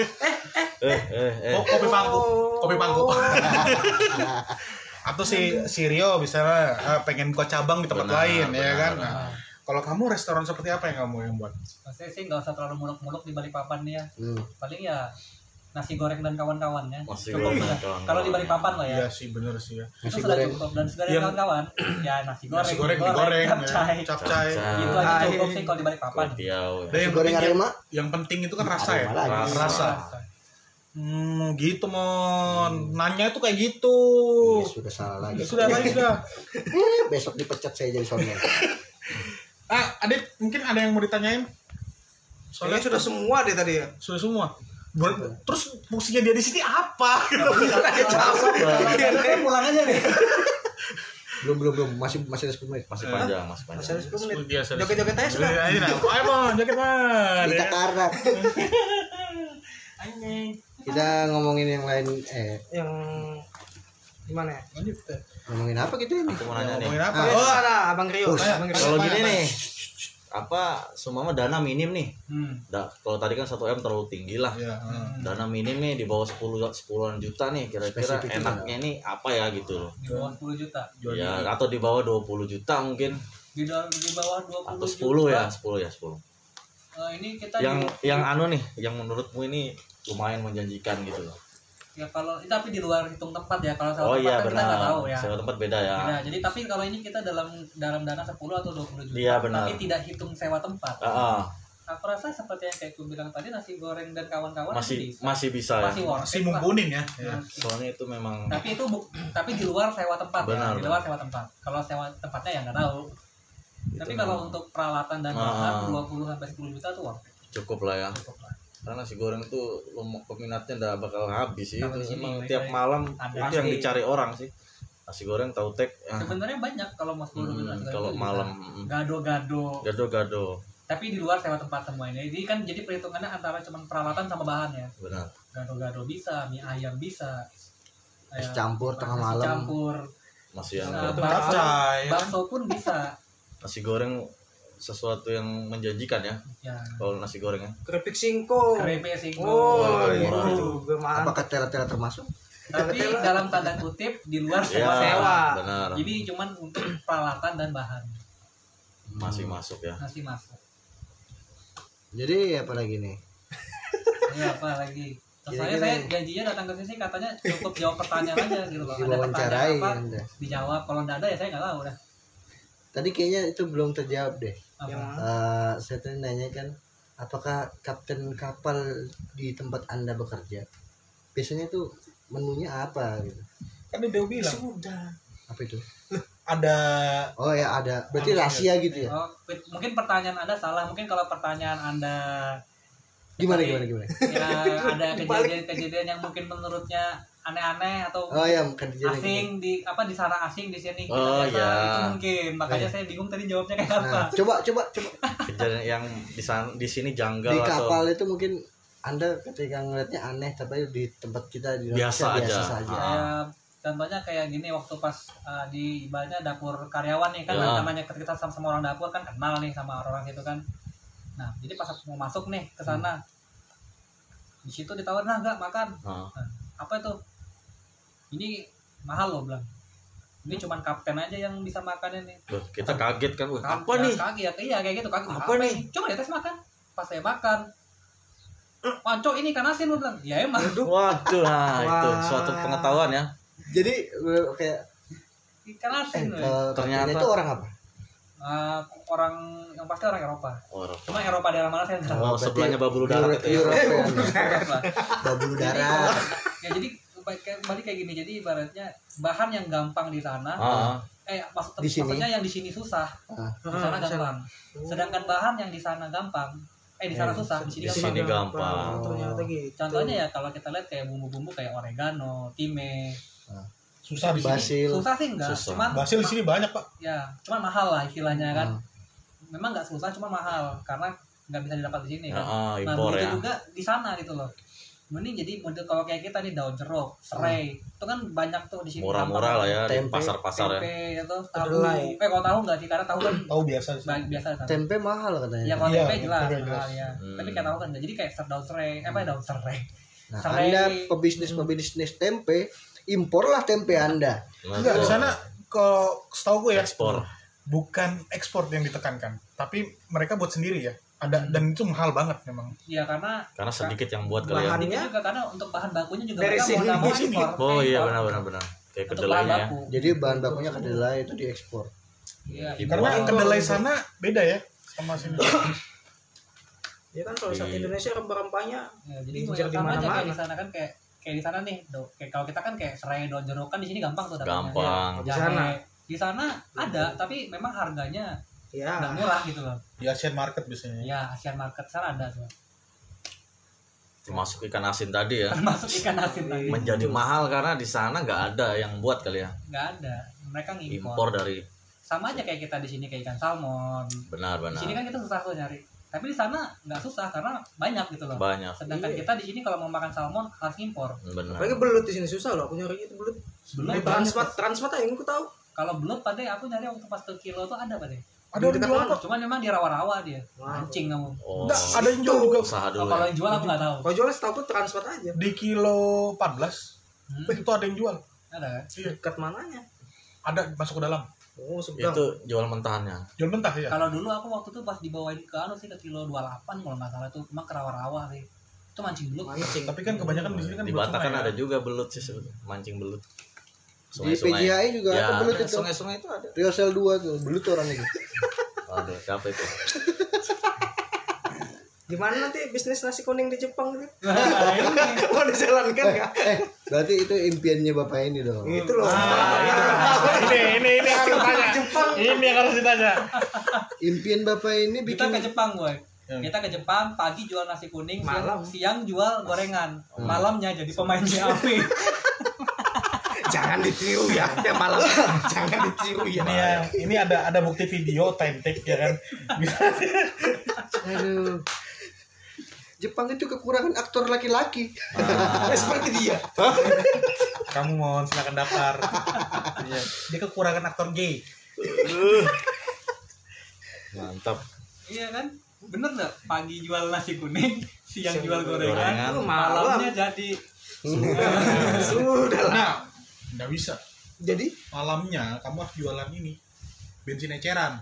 D: eh,
C: Ko-
D: eh.
C: Oh, kopi pangku, kopi pangku. Atau si si Rio misalnya eh, pengen buka cabang di tempat
D: Benar,
C: lain, ya
D: benar,
C: kan?
D: benar.
C: Nah, kalau kamu restoran seperti apa yang kamu yang buat?
E: Maksudnya sih nggak usah terlalu muluk-muluk di balik papan ya.
A: Hmm.
E: Paling ya nasi goreng dan kawan-kawannya.
D: Masih Oh,
E: Cukup
D: goreng,
E: lah.
D: kawan-kawan.
E: Kalau di balik papan lah ya.
C: Iya sih, bener sih ya.
E: Itu
A: nasi
E: sudah
A: goreng
E: cukup dan segala
C: Yang-
E: kawan-kawan. Ya nasi goreng,
C: Nasi goreng,
E: mie
C: digoreng,
E: capcay.
C: ya. capcay. Ah, iya.
D: Capcay.
E: Itu aja cukup sih kalau di balik papan.
D: Kopiau.
C: Dan
A: goreng
C: yang penting, yang,
A: arema
C: yang penting itu kan rasa ya.
A: Arema lagi.
D: Rasa.
C: Hmm, gitu mon. Nanya itu kayak gitu.
A: Iya, sudah salah lagi Eh,
C: Ya, sudah lagi sudah.
A: besok dipecat saya jadi soalnya
C: Ah, Adit, mungkin ada yang mau ditanyain? Soalnya
F: Soalnya sudah semua deh tadi ya.
C: sudah semua. Ber- terus fungsinya dia di sini apa? Gitu.
F: Iya.
C: Iya.
E: Kayak pulang aja deh.
A: belum belum belum masih masih ada 10 menit
D: Masih panjang, masih
C: Iya.
F: Masih
D: panjang.
F: ada 10 menit.
C: Biasa.
F: Joget-joget aja sudah.
C: Ayo, ayo mon, joget mon.
A: kita
C: Ya.
A: karat kita ngomongin yang lain eh
F: Yang gimana ya?
A: ngomongin apa kita ini
D: Aku mau nanya nih.
C: Ngomongin apa?
F: Oh,
C: Oh,
F: ada Abang Rio. Abang Rio.
D: Kalau gini nih, apa semua mah dana minim nih.
E: Hmm.
D: Da- kalau tadi kan 1M terlalu tinggi lah.
C: Iya, heeh.
D: Dana minim nih di bawah 10 10-an juta nih kira-kira
A: Spesifiknya.
D: enaknya nih apa ya gitu loh.
E: Di bawah 10 juta.
D: Ya atau di bawah 20 juta mungkin
E: Di, da- di bawah 20
D: atau 10
E: juta.
D: ya, 10 ya 10.
E: Eh, ini kita
D: Yang
E: di-
D: yang anu nih, yang menurutmu ini lumayan menjanjikan gitu loh.
E: ya kalau tapi di luar hitung tempat ya kalau
D: Oh
E: salah
D: iya
E: tempat kan kita nggak
D: benar.
E: tahu ya.
D: Sewa tempat beda ya.
E: Beda. Jadi tapi kalau ini kita dalam dalam dana 10 atau 20 juta.
D: Iya, benar. Ah,
E: Tapi tidak hitung sewa tempat.
D: Heeh,
E: Aku rasa seperti yang kayak aku bilang tadi nasi goreng dan kawan-kawan
D: masih
E: bisa.
D: masih bisa ya.
E: masih worth
C: masih
E: it, Pak.
C: mumpunin ya. Iya.
E: Nah,
D: Soalnya itu memang
E: Tapi itu bu- tapi di luar sewa tempat
D: Benar,
E: ya, di luar sewa tempat. Kalau sewa tempatnya ya nggak tahu.
D: itu
E: tapi kalau
D: memang
E: untuk peralatan dan
D: Gitu. Ah.
E: bahan 20 sampai 10 juta tuh worth it.
D: cukup lah ya.
E: Cukup lah.
D: Karena nasi goreng tuh lum- peminatnya udah bakal habis sih. Itu
E: Sama di sini,
D: emang
E: mereka
D: tiap
E: ya.
D: malam
E: Ada
D: itu yang
E: pasti.
D: dicari orang sih. Nasi goreng tautek. ah,
E: Sebenarnya banyak kalau mau 10
D: hmm,
E: juta.
D: kalau malam mm,
E: gado-gado.
D: gado-gado
E: Tapi di luar sewa tempat semuanya. Jadi kan jadi perhitungannya antara cuman peralatan sama bahan ya.
D: benar.
E: Gado-gado bisa, mie ayam bisa.
A: es
E: Ya,
A: campur tengah
E: nasi
A: malam
E: campur.
D: Masih yang
E: Nah,
D: itu
E: Bang.
D: capcay.
C: Capcay.
E: Bakso pun bisa.
D: nasi goreng sesuatu yang menjanjikan ya
E: Ya.
D: kalau nasi gorengnya.
F: Keripik singkong.
E: Krepe singkong.
F: Oh,
D: itu murah itu.
F: itu mantap.
A: apakah tera-tera termasuk
E: Tapi dalam tanda kutip di luar
D: Iya.
E: sewa sewa.
F: sewa.
D: benar.
E: Jadi cuman untuk peralatan dan bahan
D: Masih
A: Hmm.
D: masuk ya.
E: nasi masuk.
A: jadi apa lagi nih
E: Ya apa lagi? Terus
A: Iya,
E: saya
A: iya.
E: saya janjinya datang ke sini katanya cukup jawab pertanyaan aja gitu loh. Ada pertanyaan
A: diwawancarai
E: apa?
A: Anda.
E: Dijawab. Kalau nggak ada ya saya nggak tahu dah.
A: tadi kayaknya itu belum terjawab deh
E: Apa?
F: Yang
A: Eh, saya tadi nanya kan apakah kapten kapal di tempat anda bekerja biasanya itu menunya apa gitu
C: Kan dia bilang
F: sudah.
A: apa itu
C: ada
A: oh ya ada berarti
C: Manusia.
A: rahasia gitu ya
E: Oh, mungkin pertanyaan Anda salah. Mungkin kalau pertanyaan Anda
A: gimana
E: Tapi-
A: gimana gimana
E: ya ada kejadian-kejadian yang mungkin menurutnya aneh-aneh atau
A: oh ya kerja
E: asing di apa di sana asing di sini kita
D: Oh,
E: biasa,
D: ya.
E: itu mungkin makanya saya bingung tadi jawabnya kayak apa
A: nah coba coba coba
D: Kejadian yang di sana di sini janggal
A: di
D: atau
A: kapal itu mungkin anda ketika ngelihatnya aneh tapi di tempat kita di
D: Biasa
A: Indonesia biasa
D: aja.
A: saja
D: Ah.
E: Kayak Ya, contohnya kayak gini waktu pas uh, di ibaratnya dapur karyawan nih kan
D: Ya.
E: namanya ketika kita sama, sama orang dapur kan kenal nih sama orang-orang situ kan nah jadi pas aku mau masuk nih ke sana di situ ditawarin nah nggak makan
D: Ah.
E: apa itu ini mahal loh bilang ini cuman kapten aja yang bisa makan ini
D: Loh, kita kaget kan wah,
E: Kaget,
D: apa nih
E: kaget iya kayak gitu kaget
F: Apa nih?
E: coba di atas makan pas saya makan Panco ini kan asin lu bilang ya emang
D: waduh nah, itu
F: Wah.
D: suatu pengetahuan ya
A: jadi eh, kayak
E: ikan
A: eh,
E: asin
A: eh, kaptennya
D: Ternyata-
A: itu orang apa
E: eh, orang yang pasti orang Eropa.
D: Oh,
E: Cuma Eropa daerah mana saya nggak tahu.
D: Oh, sebelahnya Babulu Darat itu ya.
A: Eropa,
E: Eropa.
A: Babulu
E: Jadi,
A: Darat.
E: ya jadi ba- kayak- balik kayak gini jadi ibaratnya bahan yang gampang di sana
D: Ah,
E: eh maksud,
A: Di sini.
E: maksudnya yang di sini susah
A: Ah.
E: di sana gampang sedangkan bahan yang di sana gampang eh di sana susah di sini
D: di sini
E: gampang
D: gampang.
F: ternyata gitu
E: contohnya ya kalau kita lihat kayak bumbu-bumbu kayak oregano thyme
C: Susah di sini.
A: Basil.
E: Iya. susah sih enggak
D: Susah.
E: cuman
C: Basil di sini banyak, Pak.
E: ya cuman mahal lah istilahnya kan memang nggak susah cuma mahal karena nggak bisa didapat di sini
D: Ya,
E: kan
D: Hmm. ah,
E: nah
D: impor
E: begitu
D: ya.
E: juga di sana gitu loh mending jadi model kalau kayak kita nih daun jeruk serai itu kan banyak tuh di sini
D: Hmm. Murah-murah lah ya di
A: Tempe.
D: pasar-pasar ya.
E: tempe itu tahu
F: Kedelai. Oh.
E: eh kalau tahu nggak sih karena tahu kan
C: Tahu biasa di sini.
E: ba- biasa kan
A: Tempe mahal katanya.
E: ya kalau
C: Iya,
E: tempe jelas,
C: tempe jelas.
E: mahal, ya.
D: Hmm.
E: tapi kayak tahu kan nggak jadi kayak ser daun serai eh, apa ya, daun serai
A: Nah,
E: Serai.
A: Anda pebisnis pebisnis tempe, imporlah tempe Anda.
C: Enggak, di sana kalau setahu gue ya
D: Nah, ekspor.
C: bukan ekspor yang ditekankan, tapi mereka buat sendiri ya. Ada dan itu mahal banget memang.
E: ya karena
D: Karena sedikit yang buat kali ya.
E: bahannya
F: Bahannya?
E: juga karena untuk bahan bakunya juga
F: Dari
E: mereka mau
F: sini, dari sini.
E: ekspor
D: Oh iya
E: Ekspor.
D: benar benar benar. Kayak
E: untuk bahan
D: kedelainya ya.
E: baku
A: Jadi bahan bakunya kedelai itu diekspor.
E: Iya.
D: Dibuat.
C: Karena
D: Wow.
C: kedelai sana beda ya sama sini.
F: ya kan kalau saat
D: Iya.
F: Indonesia rempah-rempahnya
E: Ya, jadi
F: Diinjak
E: banyak sama aja
F: dimana-mana.
E: kayak di sana kan kayak kayak di sana nih, do, kayak kalau kita kan kayak serai daun jeruk kan di sini gampang tuh dapatnya. Iya.
D: Gampang.
E: Jahe.
F: Di sana.
E: Di sana ada, tapi memang harganya nggak
F: ya
E: murah gitu loh.
C: Di Asian market biasanya.
E: Ya, Asian market sana ada tuh.
D: Termasuk ikan asin tadi ya.
E: Termasuk ikan asin tadi.
D: Menjadi mahal karena di sana nggak ada yang buat kali ya.
E: Nggak ada. Mereka ngimpor.
D: Impor dari
E: Sama aja kayak kita di sini kayak ikan salmon.
D: benar
E: Di
D: benar.
E: sini kan kita susah tuh nyari. Tapi di sana nggak susah karena banyak gitu loh.
D: Banyak
E: Sedangkan
F: Iya.
E: kita di sini kalau mau makan salmon harus impor.
D: benar.
F: Apalagi belut di sini susah loh, aku nyari itu belut. Di
E: Belum
F: transmart, transmart aja yang aku tahu.
E: Kalau belum padahal aku nyari waktu pas ke kilo tuh ada padahal.
C: Ada yang
F: Dekat
C: jual
F: mana?
C: kok.
E: Cuman memang dia rawa-rawa dia.
F: Wah.
E: Anjing kamu.
D: Oh,
C: Enggak, ada yang jual juga
D: usaha
E: Oh,
D: dulu.
E: kalau
D: Ya.
E: yang jual aku nggak tahu.
F: Kalau jualnya setahu aku transmart aja.
C: di kilo 14.
E: Hmm.
C: Itu ada yang jual.
E: Ada kan?
F: Dekat mananya?
C: Ada masuk ke dalam.
F: Oh, seberang.
D: Itu jual mentahannya.
C: Jual mentah ya.
E: Kalau dulu aku waktu itu pas dibawain ke anu sih ke kilo 28 kalau nggak salah tuh emang kerawa-rawa sih. Itu mancing belum.
F: Mancing.
C: Tapi kan kebanyakan di sini kan
D: Di
C: buat
D: Batak kan
C: sungai,
D: ada
C: ya.
D: juga belut sih sebetulnya. mancing belut.
A: Di PJI juga
D: Ya,
A: ada belut itu.
D: sungai-sungai itu ada.
A: Rio Cell 2 tuh, belut tuh orangnya gitu.
D: Aduh, siapa itu?
F: Gimana nanti bisnis nasi kuning di Jepang gitu?
E: Nah, ini.
F: Mau dijalankan nggak?
A: Eh, berarti itu impiannya Bapak ini dong.
F: Itu Gitu loh.
C: Ah, iya. kan. ini ini ini yang harus ditanya. Ini yang harus ditanya.
A: Impian Bapak ini
E: Kita
A: bikin
E: ke Jepang, boy.
C: Hmm.
E: Kita ke Jepang, pagi jual nasi kuning, siang,
F: Malam.
E: siang jual gorengan. Malamnya jadi pemain JAP.
F: Jangan ditiru ya, ya malam. Jangan ditiru ya.
C: Ini ya, ini ada ada bukti video time take ya kan.
A: aduh. Jepang itu kekurangan aktor laki-laki.
F: Ya, seperti dia.
C: Kamu mohon silakan daftar. Iya. Dia kekurangan aktor gay.
D: Mantap.
E: iya kan? Bener nggak? Pagi jual nasi kuning, siang
F: Siang
E: jual
F: jual
E: gorengan,
D: gorengan,
F: malam.
E: malamnya jadi
F: Sudah lah.
C: Nah, nggak bisa.
F: Jadi
C: Malamnya kamu harus jualan ini bensin eceran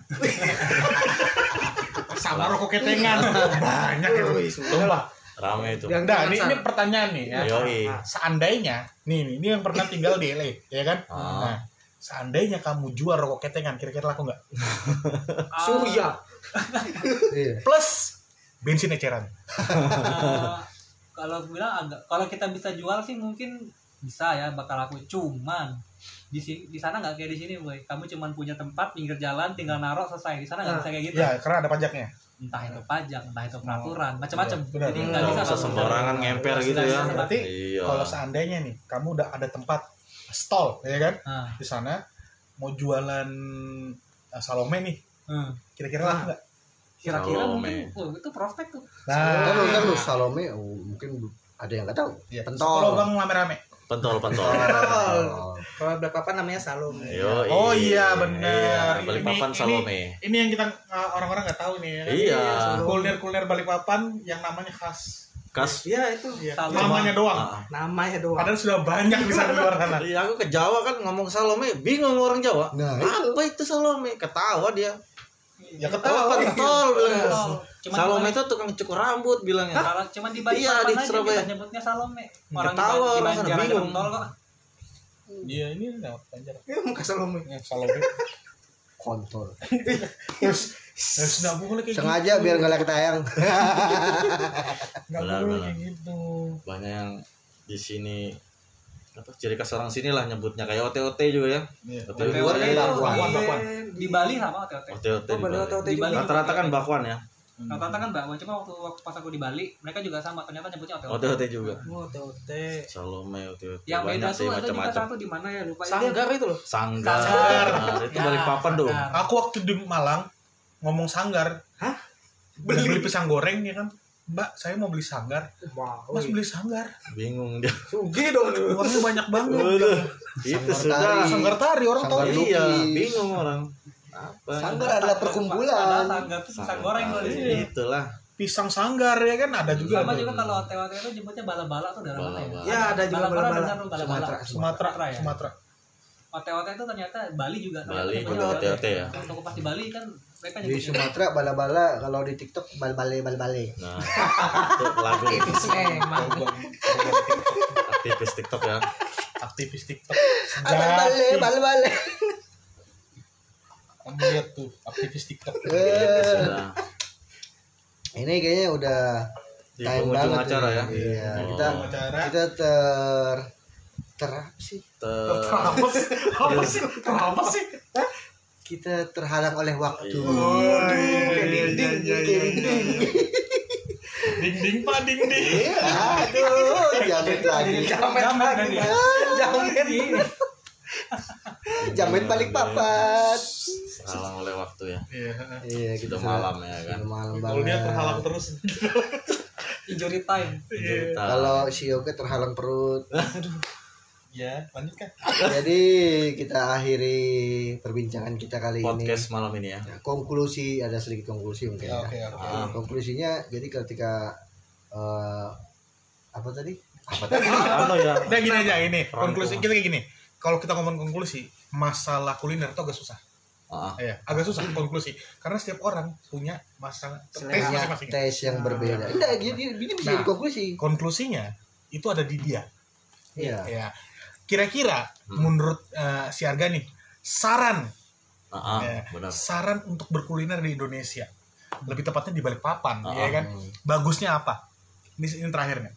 C: sama rokok ketengan banyak itu
F: Wih, sudah
C: sumpah
F: lah.
D: Rame itu.
F: Yang
C: nah ini,
F: ini,
C: ini pertanyaan nih ya
D: Yoi.
C: seandainya nih nih, ini yang pernah tinggal di LA ya kan
D: Ah.
C: nah seandainya kamu jual rokok ketengan kira-kira laku nggak
F: Surya.
A: Iya.
C: plus bensin eceran
E: Eh, kalau aku bilang agak kalau kita bisa jual sih mungkin bisa ya bakal aku cuman di sini di sana nggak kayak di sini boy kamu cuman punya tempat pinggir jalan tinggal naruh selesai di sana nggak
F: Nah,
E: bisa kayak gitu
D: Iya.
C: ya karena ada pajaknya
E: entah itu pajak entah itu peraturan macam-macam
C: Iya, benar.
E: jadi nggak
D: Nggak
E: bisa
D: usah
E: langsung.
D: sembarangan ngemper gitu ya.
C: berarti
D: Iya.
C: kalau seandainya nih kamu udah ada tempat stall ya kan
E: Ah,
C: di sana mau jualan eh, salome nih
E: hmm.
C: kira-kira
D: Ah.
C: laku nggak
E: kira-kira
D: Salome.
E: mungkin oh, itu prospek tuh
A: Kan lu
C: nah
A: kan lu Salome oh, mungkin ada yang nggak tahu.
C: iya.
A: Pentol.
C: kalau bang rame-rame
D: Pentol, pentol.
A: Oh.
F: Kalau ada apa namanya salom.
D: Yoi.
C: Oh iya, bener.
D: Iya,
C: Ini-
D: Balikpapan Salome.
C: ini yang kita eh, orang-orang nggak tahu nih ya kan?
D: Iya.
C: kuliner-kuliner Balikpapan yang namanya khas
D: Kas.
F: Ya itu
C: Iya.
E: Salome.
C: namanya doang
D: Ah.
F: namanya doang.
C: padahal sudah banyak di sana luar sana
D: Iya, aku ke Jawa kan ngomong Salome, bingung orang Jawa.
A: Nah,
D: apa itu Salome? Ketawa dia.
C: ya
D: Oh,
C: ketawa
D: pentol bilang.
E: Oh, cuman
D: Iya. Salome
E: di
D: itu tukang cukur rambut
E: Bali-
D: bilangnya.
E: Salah- cuman di Bali
D: Iya, di
E: Papan aja
D: Surabaya.
E: kita nyebutnya Salome orang
D: Ketawa
E: di
D: orang
E: Banjar
D: sana,
E: aja
D: bingung.
E: pentol kok
C: Iya, dia ini nggak banyak Iya,
F: Ya muka salom.
C: Ya, Salome
A: kontol
C: Harus Eh, nggak boleh kayak
A: sengaja biar nggak lihat tayang
F: nggak
D: Benar,
F: boleh
D: benar.
F: kayak gitu
D: banyak yang di sini apa ciri khas orang sini lah nyebutnya kayak OTOT juga ya.
C: Iya.
D: OTOT
E: Kayak OTOT
D: ya.
E: lah,
D: Bakwan, bakwan.
E: di Bali sama OTT
D: OTOT
F: Oh,
D: di
F: bener,
D: Bali.
F: OTT
E: di Bali.
D: Rata-rata kan bakwan ya.
E: rata-rata kan bahwa cuma waktu, waktu pas aku di Bali mereka juga sama ternyata nyebutnya OTT
D: OTOT juga.
F: Oh, TOT.
D: Salome OTOT.
E: yang beda
D: Banyak sih
E: tuh ada juga
D: macam-macam.
E: satu di mana ya lupa
F: Sanggar itu loh.
D: Sanggar.
F: Sanggar.
D: Nah, itu balik papan dong.
C: Aku waktu di Malang ngomong sanggar.
A: Hah?
C: Beli, beli pisang goreng ya kan. Mbak, saya mau beli sanggar.
F: Wow.
C: Mas beli sanggar.
D: Bingung dia.
F: Oh, iya. Sugi dong lu.
C: Uangnya banyak banget.
D: Waduh, itu
A: tari.
D: sudah.
C: Sanggar tari orang tahu.
A: Sanggar
D: Iya,
A: lukis.
D: bingung orang. Apa? Nah,
A: sanggar adalah
E: ada
A: perkumpulan
E: sanggar tuh pisang goreng loh di sini
D: Itulah.
C: Pisang sanggar ya kan ada juga.
E: sama juga kalau OTT itu nyebutnya bala-bala tuh dari mana
D: Bala-bala.
E: ya
F: Ya ada juga
E: bala-bala
F: bola-bola.
E: dengar lu bala-bala
A: Sumatera
C: Sumatera,
E: Sumatera ya?
C: Sumatera.
E: OTT itu ternyata Bali juga ternyata
D: Bali
E: nyebutnya
D: juga OTT ya.
E: waktu aku pas di Bali kan mereka
A: di
E: nyebutnya
A: Sumatera bala-bala kalau di TikTok bal-bale bal-bale
D: Nah, itu lagu
F: Emang.
D: aktivis TikTok ya.
C: Aktivis TikTok.
A: bal-bale bal-bale
C: Kamu lihat tuh aktivis TikTok.
D: Itu
A: Eh,
D: sudah
A: ini kayaknya udah
D: di
A: Time
D: penghujung
A: banget
D: acara
A: ini.
D: ya.
A: Iya,
D: Oh.
A: kita
C: Acara.
A: kita ter ter apa sih?
D: Ter-
C: Apa sih? Apa sih?
A: Kita terhalang oleh waktu.
C: Kayak dinding, kayak dinding. Ding ding pak ding ding.
A: Iya, aduh, jamet lagi.
E: iya.
F: Jamet
E: kan
F: lagi.
E: ya?
F: Ah, Jamet.
A: Jamet balik papat.
D: Terhalang oleh waktu ya.
C: Iya.
A: Iya,
D: Sudah
A: kita
D: malam ya kan.
A: Sudah malam
C: Kalau dia terhalang
A: banget.
C: terus.
E: injury time
C: Iya.
D: Cerita.
A: Kalau si Yoga terhalang perut.
E: Iya.
C: Ya, lanjutkan.
A: Jadi kita akhiri perbincangan kita kali
D: podcast malam ini ya.
A: ini. Nah, Konklusi ada sedikit konklusi mungkin ya.
C: Oke, oke.
A: Nah, konklusinya jadi ketika eh, apa tadi? Apa tadi?
D: Ano ya.
C: Udah gini aja ini.
D: Rangkum.
C: Konklusi kita kayak gini. Kalau kita ngomong konklusi, masalah kuliner itu agak susah.
D: Ah,
C: Iya, agak susah konklusi. Karena setiap orang punya masalah tes
A: Punya
C: masing-masing.
A: tes yang berbeda. Enggak, gini, gini bisa
C: Nah.
A: jadi konklusi.
C: Konklusinya itu ada di dia.
A: Iya.
C: Ya. Kira-kira
D: Hmm.
C: menurut eh, si Arga nih, saran
D: ah, ah,
C: Iya.
D: benar.
C: saran untuk berkuliner di Indonesia. Lebih tepatnya di Balikpapan,
D: Ah,
C: ya kan?
A: Hmm.
C: Bagusnya apa? Ini, ini terakhir nih.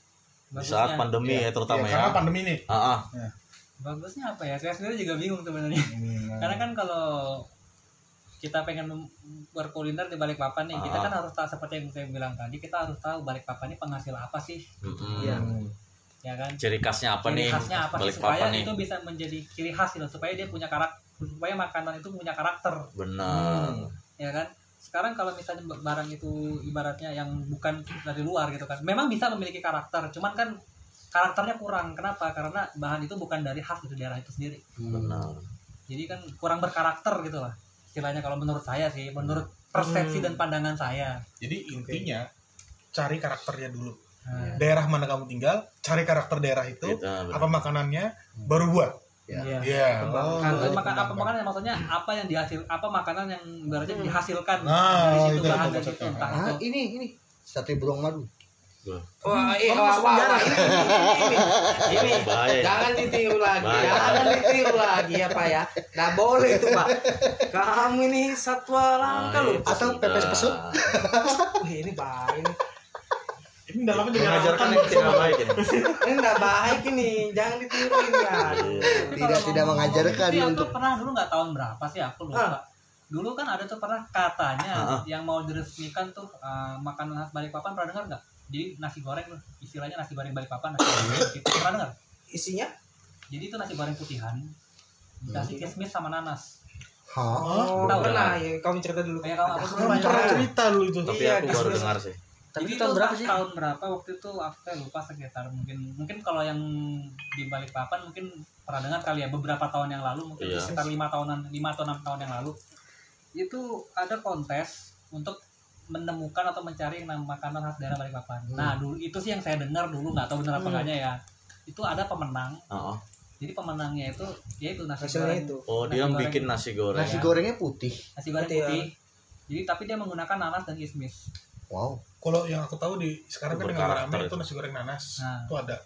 D: Di saat
E: bagusnya
D: pandemi ya terutama
C: Iya,
D: ya.
C: Karena pandemi nih.
D: Ah, ah.
E: bagusnya apa ya saya sendiri juga bingung sebenarnya Karena kan kalau kita pengen mem- berkuliner di balik papan nih, kita
D: Ah.
E: kan harus tahu seperti yang saya bilang tadi, kita harus tahu balik papan ini penghasil apa sih,
D: Mm-mm.
A: Iya.
E: ya kan?
D: Ciri khasnya apa
E: Ciri
D: nih?
E: khasnya apa sih
D: Balik
E: supaya
D: papan nih.
E: itu bisa menjadi ciri khas gitu, supaya dia punya karakter, supaya makanan itu punya karakter,
D: Benar.
E: ya kan? Sekarang kalau misalnya barang itu ibaratnya yang bukan dari luar gitu kan, memang bisa memiliki karakter, cuman kan karakternya kurang. Kenapa? Karena bahan itu bukan dari khas itu daerah itu sendiri.
D: Benar.
E: jadi kan kurang berkarakter gitu lah istilahnya kalau menurut saya sih menurut persepsi dan pandangan saya
C: Jadi intinya cari karakternya dulu.
E: Nah,
C: Daerah mana kamu tinggal, cari karakter daerah itu,
D: Kita
C: apa makanannya, baru buat.
E: iya.
C: Iya.
A: Kembangkan.
C: Oh,
E: Kan, maka- apa
C: kembangkan.
E: makanan maksudnya apa yang dihasil apa makanan yang ibaratnya dihasilkan
C: Nah,
E: dari
C: itu
E: situ bahan
C: yang
E: dari
C: aku
E: situ
C: cakap.
E: entah
A: Ah,
E: itu
A: ini ini sate burung madu.
D: Oh,
F: Wah, eh,
C: Kamu
F: wah,
C: masuk
F: wah,
C: penjara.
F: wah, ini, ini, ini, ini.
D: bahaya. ya.
F: Jangan ditiru lagi,
D: Iya. Baik.
F: jangan ditiru lagi ya Pak ya. Nggak boleh itu Pak. Kamu ini satwa
E: kan
D: Nah,
F: langka loh.
A: Atau pepes pesut.
F: Wih, ini bahaya ini.
C: Ini dalamnya dengan
D: Mengajarkan
C: angkutan.
D: yang tidak baik ini.
F: Ini nggak baik ini, jangan ditiru ini ya.
D: Iya.
E: Tapi
A: Tidak-
E: kalau
A: tidak
E: ngomong-
A: mengajarkan
E: tapi aku
A: untuk-
E: pernah dulu nggak tahun berapa sih aku lupa
F: Ah.
E: dulu kan ada tuh pernah katanya
D: Ah, ah.
E: yang mau diresmikan tuh eh, makanan khas Balikpapan pernah dengar nggak jadi nasi goreng tuh istilahnya nasi goreng Balikpapan nasi goreng gitu. pernah dengar
F: Isinya?
E: jadi itu nasi goreng putihan dikasih kismis sama nanas
A: Hah?
F: Oh,
D: belum
F: pernah ya. Kamu cerita dulu.
E: kayak kalau aku dulu
C: Kamu pernah cerita lu itu.
D: Tapi
F: Iya,
D: aku baru
F: kismis.
D: dengar sih.
E: Jadi itu berapa sih? Tahun berapa waktu itu aku kayak lupa sekitar mungkin mungkin kalau yang di balik papan mungkin pernah dengar kali ya beberapa tahun yang lalu mungkin
D: Iya.
E: sekitar lima tahunan lima atau enam tahun yang lalu itu ada kontes untuk menemukan atau mencari yang nama makanan khas daerah Balikpapan.
A: Hmm.
E: Nah dulu itu sih yang saya dengar dulu nggak tahu benar apa
F: Hmm.
E: enggaknya ya. Itu ada pemenang.
D: Ah, ah.
E: Jadi pemenangnya itu yaitu nasi
F: Hasilnya
E: goreng
F: itu.
D: Oh, dia
E: Nasi goreng.
D: bikin nasi goreng.
A: Nasi gorengnya putih.
E: nasi goreng
F: Putih ya.
E: putih. Jadi tapi dia menggunakan nanas dan kismis.
A: Wow.
C: Kalau yang aku tahu di sekarang kan yang lagi
D: Berkarakter
C: rame
D: itu.
C: itu nasi goreng nanas.
E: Nah.
C: Itu ada.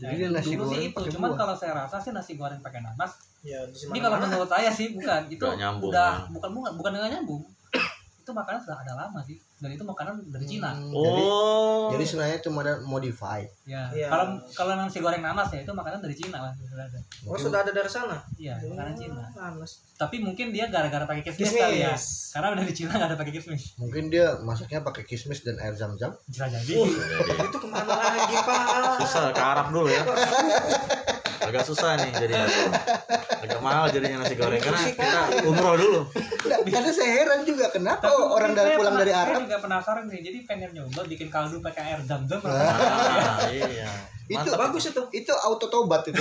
A: Jadi dia nasi
E: dulu
A: goreng
E: sih itu,
A: pakai
E: cuman
A: buah.
E: kalau saya rasa sih nasi goreng pakai nanas
C: Iya.
F: ya di
E: Ini kalau
F: mana-mana.
E: menurut saya sih bukan itu
D: Nggak nyambung,
E: udah bukan bukan bukan dengan nyambung. itu makanan sudah ada lama sih dan itu makanan dari Cina.
A: Hmm, Jadi,
D: Oh.
A: jadi sebenarnya cuma ada modified.
E: Ya.
F: Iya.
E: Kalau kalau nasi goreng nanas ya itu makanan dari Cina lah sebenarnya.
F: oh sudah ada dari sana Oh,
E: Iya,
A: Oh.
E: makanan Cina.
F: Panas.
E: Tapi mungkin dia gara-gara pakai kismis
F: Kismis.
E: kali ya. Karena dari Cina nggak ada pakai kismis.
A: Mungkin dia masaknya pakai kismis dan air zam-zam.
E: Bisa jadi.
A: Oh,
F: itu kemana lagi pak
D: susah ke Arab dulu ya agak susah nih jadi agak mahal jadinya nasi goreng karena kita umroh dulu
A: Nggak, Karena saya heran juga kenapa
E: Tapi mungkin
A: oh, orang dari
E: saya
A: pulang
E: pena-
A: dari
E: saya
A: Arab
E: juga penasaran sih. Jadi pengen nyoba bikin kaldu pakai air zam-zam.
D: nah, iya
A: Ah, itu
D: Mantap.
A: bagus itu. Itu auto tobat itu.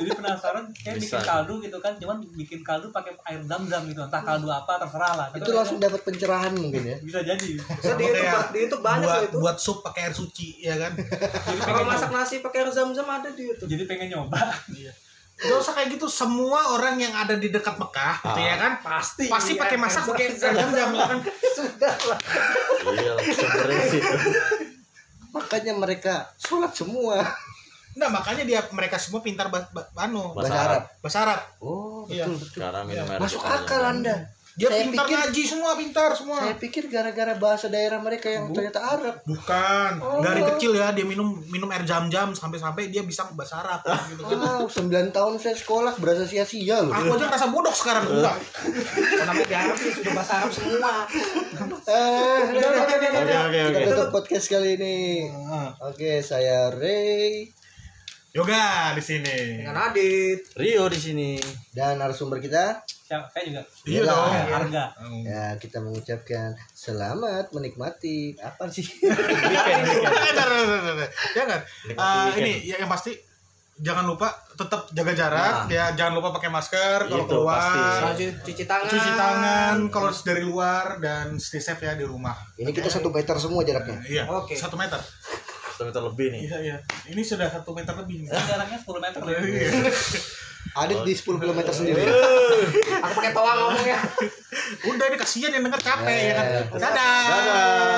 E: Jadi penasaran kayak
D: Bisa.
E: bikin kaldu gitu kan, cuman bikin kaldu pakai air zam-zam gitu. Entah kaldu apa terserah lah. Tapi
A: itu langsung dapat pencerahan mungkin ya.
E: bisa jadi.
F: Itu di YouTube,
C: Kayak
F: di YouTube banyak
C: buat,
F: loh itu
C: buat sup pakai air suci ya kan
E: Jadi pengen
F: kalau masak
E: nyoba.
F: nasi pakai air zam-zam ada di YouTube
E: Jadi pengen nyoba.
C: Gak usah kayak gitu semua orang yang ada di dekat Mekah gitu ya kan
F: pasti
C: pasti pakai masak pakai air zam-zam ya kan
D: iya sebenarnya sih
A: Makanya mereka sholat semua
C: nah makanya dia mereka semua pintar ba ba- anu,
A: bahasa Arab.
C: bahasa Arab
A: Oh,
C: Iya.
A: betul betul.
D: sekarang minum air
A: Masuk
D: putih aja.
A: akal Anda.
C: dia
A: Saya
C: pintar
A: pikir-
C: ngaji semua pintar semua
A: Saya pikir gara-gara bahasa daerah mereka yang ternyata Arab.
C: bukan
A: Oh.
C: dari kecil ya dia minum minum air jam-jam sampai-sampai dia bisa bahasa Arab gitu kan
A: Wow, 9 tahun saya sekolah berasa sia-sia loh.
C: aku aja ngerasa bodoh sekarang enggak kenapa dia
F: sudah bahasa Arab semua
A: Eh,
D: oke oke
A: kita
D: oke
A: tutup podcast kali ini. Ah, Oke, saya Ray
C: yoga di sini
F: dengan Adit
D: Rio di sini
A: dan narasumber kita.
E: Siapa? Saya juga.
C: iya dong
E: Harga.
C: Iya.
A: Ya, kita mengucapkan selamat menikmati. Apa sih?
C: jangan Eh,
D: Nikmati
C: Ya ini ya, yang pasti jangan lupa tetap jaga jarak
D: Nah.
C: ya jangan lupa pakai masker kalau
D: Itu
C: keluar
D: pasti.
F: cuci tangan
C: cuci tangan kalau dari luar dan stay safe ya di rumah
A: Ini kita satu meter semua jaraknya.
C: iya
F: Oke.
C: satu meter
D: satu meter lebih nih
C: iya iya ini sudah satu meter lebih nih.
E: Ini jaraknya 10 meter ya? loh.
C: Iya.
A: Adit di 10 km sendiri.
F: aku pakai toa ngomongnya
C: udah ini kasihan yang denger capek ya kan dadah
D: Iya, dadah